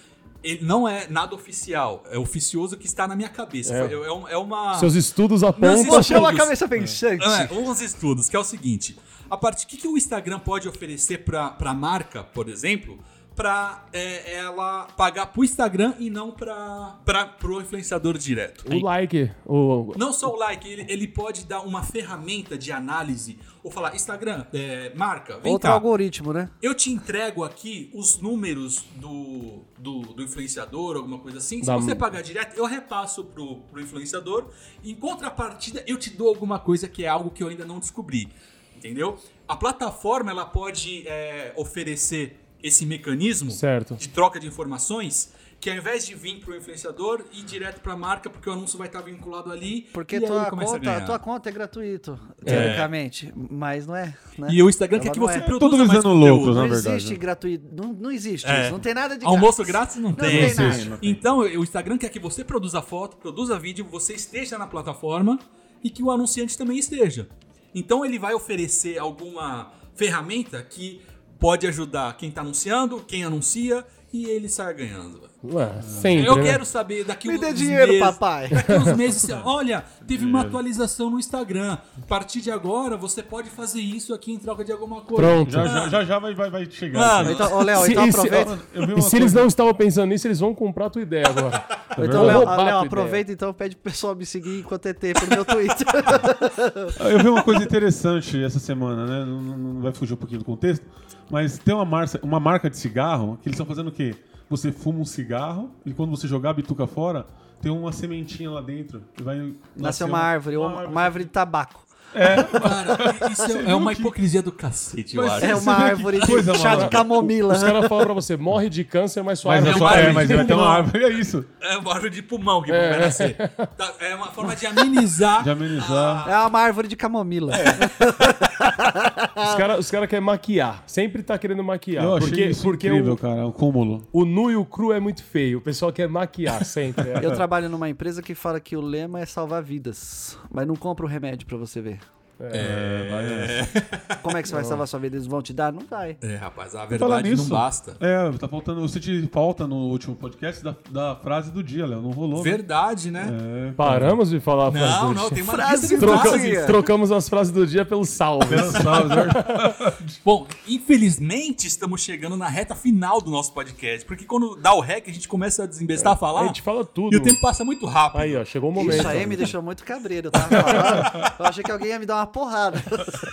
S1: Ele não é nada oficial, é oficioso que está na minha cabeça.
S3: É.
S1: Foi- É, um- é uma.
S3: Seus estudos
S1: Não
S3: apontam.
S1: existe-
S2: Você é uma
S1: todos.
S2: cabeça pensante.
S1: É, uns estudos, que é o seguinte: a partir que, que o Instagram pode oferecer para a marca, por exemplo, para ela pagar para o Instagram e não para o influenciador direto?
S3: O like. O,
S1: Não só o like, ele, ele pode dar uma ferramenta de análise ou falar: Instagram, é, marca, vem
S2: Outro
S1: cá.
S2: algoritmo, né?
S1: Eu te entrego aqui os números do, do, do influenciador, alguma coisa assim. Se
S3: Da-
S1: você pagar direto, eu repasso pro, pro influenciador. Em contrapartida, eu te dou alguma coisa que é algo que eu ainda não descobri. Entendeu? A plataforma ela pode é, oferecer esse mecanismo
S3: Certo.
S1: de troca de informações que ao invés de vir para o influenciador, ir direto para a marca, porque o anúncio vai estar vinculado ali.
S2: Porque
S1: e aí
S2: tua
S1: começa a
S2: conta,
S1: ganhar.
S2: tua conta é gratuito, teoricamente. Mas não é. Né?
S1: E o Instagram quer
S2: Ela
S1: que
S2: não
S1: você
S2: é.
S1: produza
S4: Todos
S1: mais
S4: sendo
S1: conteúdo.
S4: loucos, né?
S2: Não
S4: Na verdade,
S2: existe gratuito. Não, não existe
S1: É.
S2: isso. Não tem nada de
S1: Almoço grátis não tem.
S2: tem nada.
S4: Não
S1: Então, o Instagram quer que você produza foto, produza vídeo, você esteja na plataforma e que o anunciante também esteja. Então, ele vai oferecer alguma ferramenta que pode ajudar quem está anunciando, quem anuncia e ele sai ganhando.
S3: Ué, sempre.
S1: Eu
S3: né?
S1: quero saber daqui um
S2: Me
S1: uns
S2: dê dinheiro,
S1: meses-
S2: papai.
S1: Daqui uns meses, você- olha, teve uma atualização no Instagram. A partir de agora, você pode fazer isso aqui em troca de alguma coisa.
S3: Pronto.
S4: Já, já, já, já vai, vai, vai chegar. assim.
S1: Mano,
S2: Então, ô, Léo,
S3: Se-
S2: então
S3: e se-
S2: aproveita.
S4: Mano, eu vi
S3: E
S4: uma
S3: se eles
S4: coisa-
S3: não estavam pensando nisso, eles vão comprar a tua ideia agora.
S2: Então,
S3: Vou
S2: Léo,
S3: roubar a
S2: Léo,
S3: tua
S2: aproveita então, pede pro pessoal me seguir enquanto ET pelo meu Twitter.
S4: Ah, Eu vi uma coisa interessante essa semana, né? Não, não- não vai fugir um pouquinho do contexto, mas tem uma marca, uma marca de cigarro que eles estão fazendo o quê? Você fuma um cigarro e quando você jogar a bituca fora, tem uma sementinha lá dentro. E vai nascer
S2: Nasceu uma árvore, ou uma, uma árvore de tabaco.
S1: cara, isso é, é uma hipocrisia do cacete, eu
S4: Mas-
S1: acho.
S2: É uma
S4: vê que
S2: árvore de
S4: coisa
S2: chá de
S4: maluca.
S2: camomila. né?
S3: Os caras falam pra você, morre de câncer, mas sua
S4: Mas,
S3: árvore
S4: é
S1: uma
S4: só-
S1: árvore
S4: é,
S1: de
S4: mas vai ter uma
S1: pulmão.
S4: árvore, é isso.
S1: É um barulho de pulmão que
S3: É.
S1: vai nascer. Tá, É uma forma de amenizar.
S4: De amenizar.
S2: É uma árvore de camomila.
S3: Os caras os cara querem maquiar. Sempre tá querendo maquiar.
S4: Eu achei
S3: porque
S4: isso
S3: porque
S4: incrível,
S3: o,
S4: cara. O cúmulo.
S3: o nu e o cru é muito feio. O pessoal quer maquiar sempre. é.
S2: Eu trabalho numa empresa que fala que o lema é salvar vidas, mas não compra o remédio pra você ver.
S4: É, vai nessa.
S2: Como é que você vai salvar sua vida? Eles vão te dar? Não vai.
S1: É, rapaz, a
S4: Falar
S1: verdade
S4: nisso.
S1: não basta.
S4: É, tá faltando. Eu senti falta no último podcast da, da frase do dia, Léo. Não rolou. né?
S1: Verdade, né?
S4: É,
S3: Paramos de falar a frase
S1: Não,
S3: do
S1: não,
S3: dia.
S1: tem uma
S2: Frase
S1: lista de
S2: troca-
S1: frases.
S2: tem-
S3: Trocamos as frases do dia pelo né? salve.
S4: Deus salve, é verdade.
S1: Bom, infelizmente estamos chegando na reta final do nosso podcast, porque quando dá o rec a gente começa a desembestar a falar.
S3: É, A gente fala tudo.
S1: E o tempo passa muito rápido.
S3: Aí, ó, chegou o momento.
S2: Isso aí é me deixou muito cabreiro. Eu, tava falando, eu achei que alguém ia me dar uma porrada.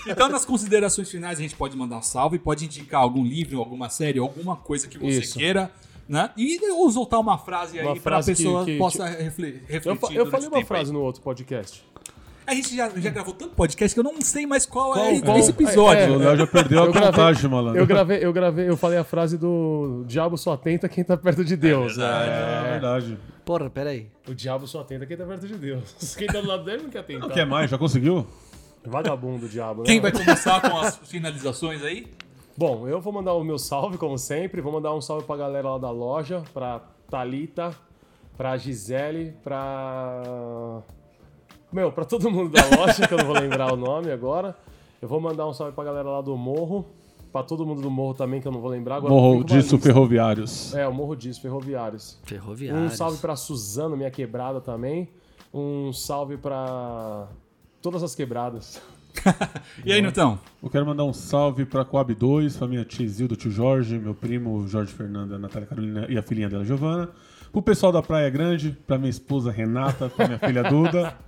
S1: Então, nas considerações finais, a gente pode mandar um salve, pode indicar algum livro, alguma série, alguma coisa que você
S3: Isso.
S1: queira. Né? E ou soltar uma frase
S3: Uma
S1: aí para a
S3: frase que-
S1: pessoa
S3: que-
S1: possa refle- refletir.
S3: Eu, fa- eu
S1: durante
S3: falei
S1: o tempo
S3: uma
S1: aí.
S3: frase no outro podcast.
S1: A gente já, já gravou tanto podcast que eu não sei mais qual, é
S3: qual-
S1: esse episódio.
S3: é,
S4: O Léo já perdeu a
S3: Eu gravei-
S4: contagem, malandro.
S3: Eu gravei, eu gravei, eu falei a frase do diabo só atenta quem tá perto de Deus.
S4: É verdade.
S2: Porra, peraí.
S3: O diabo só atenta quem tá perto de Deus. Quem tá do lado dele não quer
S4: O que é
S3: atentar.
S4: mais? Já conseguiu?
S3: Vagabundo, diabo. né?
S1: Quem vai começar com as finalizações aí?
S3: Bom, eu vou mandar o meu salve, como sempre. Vou mandar um salve pra galera lá da loja, pra Thalita, pra Gisele, pra. Meu, pra todo mundo da loja, que eu não vou lembrar o nome agora. Eu vou mandar um salve pra galera lá do Morro, pra todo mundo do Morro também, que eu não vou lembrar agora.
S4: Morro
S3: eu fico com uma
S4: disso,
S3: lista.
S4: ferroviários.
S3: É, o Morro disso, Ferroviários.
S2: Ferroviário.
S3: Um salve pra Suzano, minha quebrada também. Um salve pra todas as quebradas.
S1: E aí, Nutão?
S4: Eu quero mandar um salve pra Coab 2, pra minha tia Zilda, tio Jorge, meu primo Jorge Fernando, a Natália Carolina e a filhinha dela, Giovana. Pro pessoal da Praia Grande, pra minha esposa Renata, pra minha filha Duda.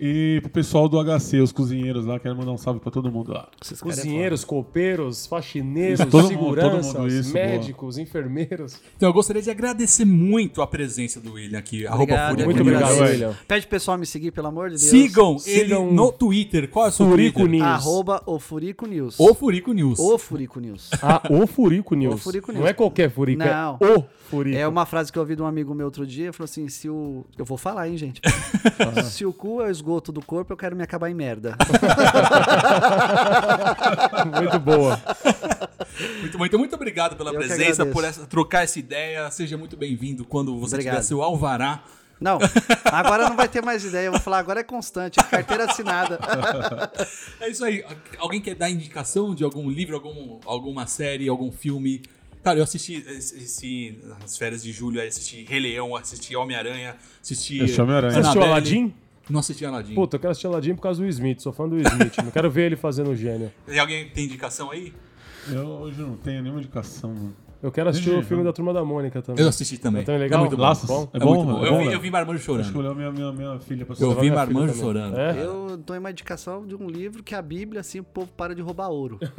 S4: E pro pessoal do HC, os cozinheiros lá, quero mandar um salve pra todo mundo lá.
S2: Esses caras é
S3: Cozinheiros, copeiros, faxineiros,
S4: Isso, todo mundo,
S3: seguranças,
S4: todo mundo, isso, boa.
S3: médicos, enfermeiros.
S1: Então, eu gostaria de agradecer muito a presença do William aqui.
S2: foda.
S1: arroba Fúria
S3: muito
S1: Comigo.
S3: obrigado,
S2: agradeço.
S3: William.
S2: Pede pro pessoal me seguir, pelo amor de Deus.
S1: Sigam
S3: Sigam
S1: ele no Twitter. Qual é o seu
S3: Furico
S1: Twitter?
S3: News.
S2: Arroba o Furico News.
S1: O Furico News.
S2: O Furico News.
S3: Ah, o Furico News.
S2: O Furico
S3: Não
S2: News.
S3: é qualquer Furico,
S2: Não.
S3: é o Furico.
S2: É uma frase que eu ouvi de um amigo meu outro dia, ele falou assim, se o... Eu vou falar, hein, gente. se o cu é o esgoto do corpo, eu quero me acabar em merda.
S3: Muito boa.
S1: Muito bom. Então, muito obrigado pela
S2: Eu que
S1: presença,
S2: agradeço.
S1: por essa- trocar essa ideia. Seja muito bem-vindo quando você
S2: Obrigado.
S1: tiver seu alvará.
S2: Não, agora não vai ter mais ideia. Eu vou falar, agora é constante, é carteira assinada.
S1: É isso aí. Alguém quer dar indicação de algum livro, algum, alguma série, algum filme? Cara, eu assisti esse, esse- nas férias de julho, aí assisti Rei Leão, assisti Homem-Aranha, assisti.
S4: Assisti Homem-Aranha.
S3: Você assistiu
S1: Annabelle.
S3: Aladdin?
S1: Não assisti Aladdin.
S3: Puta, eu quero assistir Aladdin por causa do Smith. Sou fã do Smith. Não quero ver ele fazendo o gênio.
S1: E alguém tem indicação aí?
S4: Eu hoje não tenho nenhuma indicação, mano.
S3: Eu quero assistir
S4: Entendi,
S3: o filme
S4: então.
S3: da Turma da Mônica também.
S1: Eu assisti também.
S3: Então é legal?
S1: muito bom.
S4: Laços?
S3: Bom.
S4: É
S1: É
S4: bom,
S1: muito
S4: mano?
S1: bom.
S4: É
S1: Eu,
S4: bom,
S1: vi,
S4: né?
S1: eu vi Marmanjo
S4: Acho que eu
S1: chorando.
S4: olhei minha, minha, minha filha pra
S1: Eu
S4: levar
S1: vi
S4: minha filha
S1: Marmanjo
S4: também.
S1: chorando.
S3: É?
S2: Eu dou uma indicação de um livro que a Bíblia, assim, o povo para de roubar ouro. né?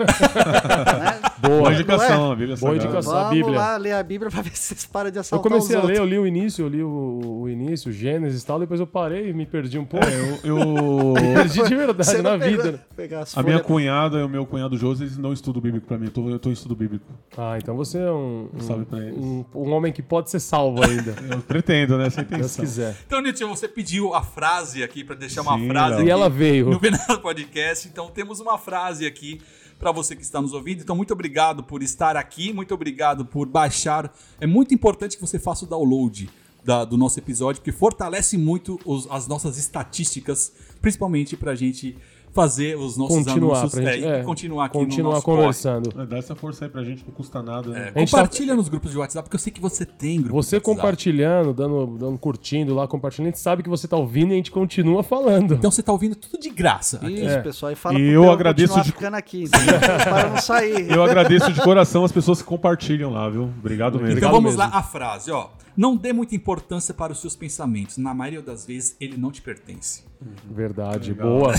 S4: Boa
S2: Não é?
S4: indicação, a
S3: Boa
S4: Bíblia Sagrada.
S3: indicação. a
S2: Vamos
S3: Bíblia.
S2: lá ler a Bíblia pra ver se vocês param de
S3: Eu
S2: assaltar
S3: comecei a
S2: os
S3: ler,
S2: outros.
S3: eu li o início, eu li o, o início, o Gênesis e tal, depois eu parei e me perdi um pouco.
S4: É, eu- eu-
S3: Perdi de verdade
S2: Você
S3: na
S2: não pegou-
S3: vida. né?
S2: pegar as
S4: a minha
S2: folhas-
S4: cunhada e o meu cunhado José, eles não estudam bíblico pra mim. Eu tô, eu tô em estudo bíblico.
S3: Ah, então você é um, um-
S4: Salve pra eles.
S3: um, um homem que pode ser salvo ainda,
S4: Eu pretendo, né? Sem
S3: se
S4: intenção.
S3: quiser.
S1: Então, Nietzsche, você pediu a frase aqui pra deixar uma
S4: Sim,
S1: frase.
S4: Léo.
S1: aqui
S3: E ela veio.
S1: No final do podcast. Então, temos uma frase aqui pra você que está nos ouvindo. Então, muito obrigado por estar aqui. Muito obrigado por baixar. É muito importante que você faça o download. da- do nosso episódio, porque fortalece muito os- as nossas estatísticas, principalmente pra gente fazer os nossos
S3: Continuar,
S1: anúncios
S3: pra gente,
S1: é, e
S3: é,
S1: continuar aqui no
S3: continuar
S1: nosso corre.
S3: conversando.
S4: É, Dá essa força aí pra gente, não custa nada. Né?
S1: É,
S3: gente tá-
S1: compartilha nos grupos de WhatsApp, porque eu sei que você tem grupo
S3: Você
S1: de WhatsApp.
S3: compartilhando, dando, dando, curtindo lá, compartilhando, a gente sabe que você tá ouvindo e a gente continua falando.
S1: Então você tá ouvindo tudo de graça.
S2: Isso,
S3: É.
S2: pessoal. E fala
S4: E
S2: pro
S4: eu
S2: Pedro
S4: agradeço
S2: continuar
S4: de-
S2: ficando aqui. entendeu? para não sair.
S4: Eu agradeço de coração as pessoas que compartilham lá, viu? Obrigado mesmo.
S1: Então
S3: Obrigado
S1: vamos
S3: mesmo.
S1: lá, a frase, ó. Não dê muita importância para os seus pensamentos. Na maioria das vezes, ele não te pertence.
S3: Verdade,
S4: Legal.
S3: boa.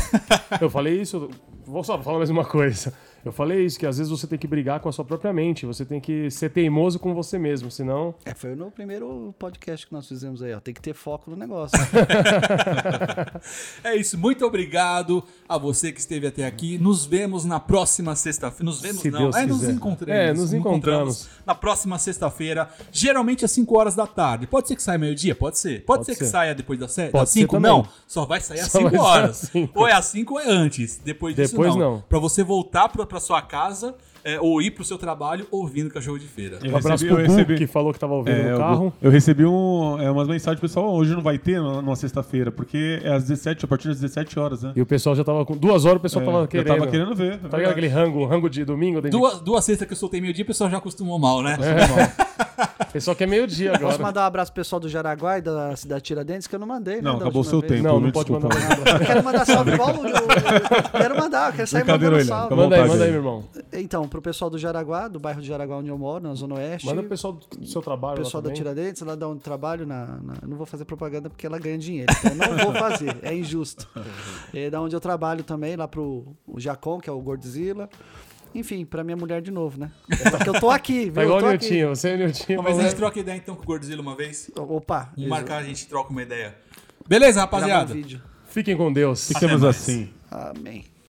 S3: Eu falei isso, vou só falar mais uma coisa. Eu falei isso, que às vezes você tem que brigar com a sua própria mente, você tem que ser teimoso com você mesmo, senão
S2: É, foi no primeiro podcast que nós fizemos aí, ó. Tem que ter foco no negócio.
S1: É isso, muito obrigado a você que esteve até aqui. Nos vemos na próxima sexta-feira. Nos vemos
S3: Se
S1: não,
S3: Deus
S1: é, nos
S3: quiser.
S1: encontramos.
S3: É, nos encontramos.
S1: Na próxima sexta-feira, geralmente às 5 horas da tarde. Pode ser que saia meio-dia? Pode ser. Pode,
S3: Pode
S1: ser que
S3: ser.
S1: saia depois das 7?
S3: Pode
S1: das 5?
S3: ser também.
S1: Não, só vai sair às
S3: Só
S1: 5
S3: vai sair às
S1: horas.
S3: cinco.
S1: Ou é às 5 ou é antes. Depois disso
S3: Depois
S1: não.
S3: não.
S1: Pra você voltar pra, pra sua casa é, ou ir pro seu trabalho ouvindo Cachorro de Feira.
S4: Eu
S3: Um abraço
S4: recebi-
S3: pro
S4: eu
S3: Gu,
S4: recebi-
S3: que falou que tava ouvindo
S4: É,
S3: no
S4: eu,
S3: carro.
S4: eu recebi um, é, umas mensagens, pessoal, hoje não vai ter na- numa sexta-feira, porque é às 17, a partir das 17 horas, né?
S3: E o pessoal já tava com. Duas horas o pessoal
S4: É,
S3: tava
S4: eu
S3: querendo.
S4: tava querendo ver. é
S3: Tá
S4: verdade.
S3: ligado aquele rango, rango de domingo? dentro de-
S1: Duas, duas sextas que eu soltei meio-dia, o pessoal já acostumou mal, né?
S3: O pessoal quer meio-dia
S2: Posso
S3: agora.
S2: mandar um abraço pro pessoal do Jaraguá e da cidade Tiradentes, que eu não mandei, né?
S4: Não,
S2: da
S4: acabou o seu
S2: última vez.
S4: tempo.
S3: Não,
S4: me
S3: não pode
S4: desculpa.
S3: mandar.
S2: Eu quero mandar salve igual o- eu- Quero mandar, eu quero sair mandando
S4: Brincadeira, William.
S2: salve.
S4: Acabou.
S3: Manda aí,
S4: vontade
S3: manda aí,
S4: aí.
S3: meu irmão.
S2: Então, pro pessoal do Jaraguá, do bairro de Jaraguá onde eu moro, na Zona Oeste.
S3: Manda o pessoal do do seu trabalho.
S2: O pessoal
S3: lá
S2: da
S3: também.
S2: Tiradentes, ela dá um trabalho na, na- eu Não vou fazer propaganda porque ela ganha dinheiro. Então eu não vou fazer, é injusto. É da onde eu trabalho também, lá pro o Jacon, que é o Gordzilla. Enfim, pra minha mulher de novo, né? Só que eu tô aqui,
S3: Tá
S2: viu?
S3: igual
S2: Eu
S3: o
S2: tô aqui.
S3: Niltinho, você e o Niltinho. é-
S1: Mas a gente
S3: falando-
S1: troca ideia então com o Gordzilla uma vez.
S2: Opa,
S1: Vamos marcar, a gente troca uma ideia. Beleza,
S2: gravar um
S1: rapaziada?
S2: vídeo.
S3: Fiquem com Deus.
S4: Ficamos assim.
S2: Amém.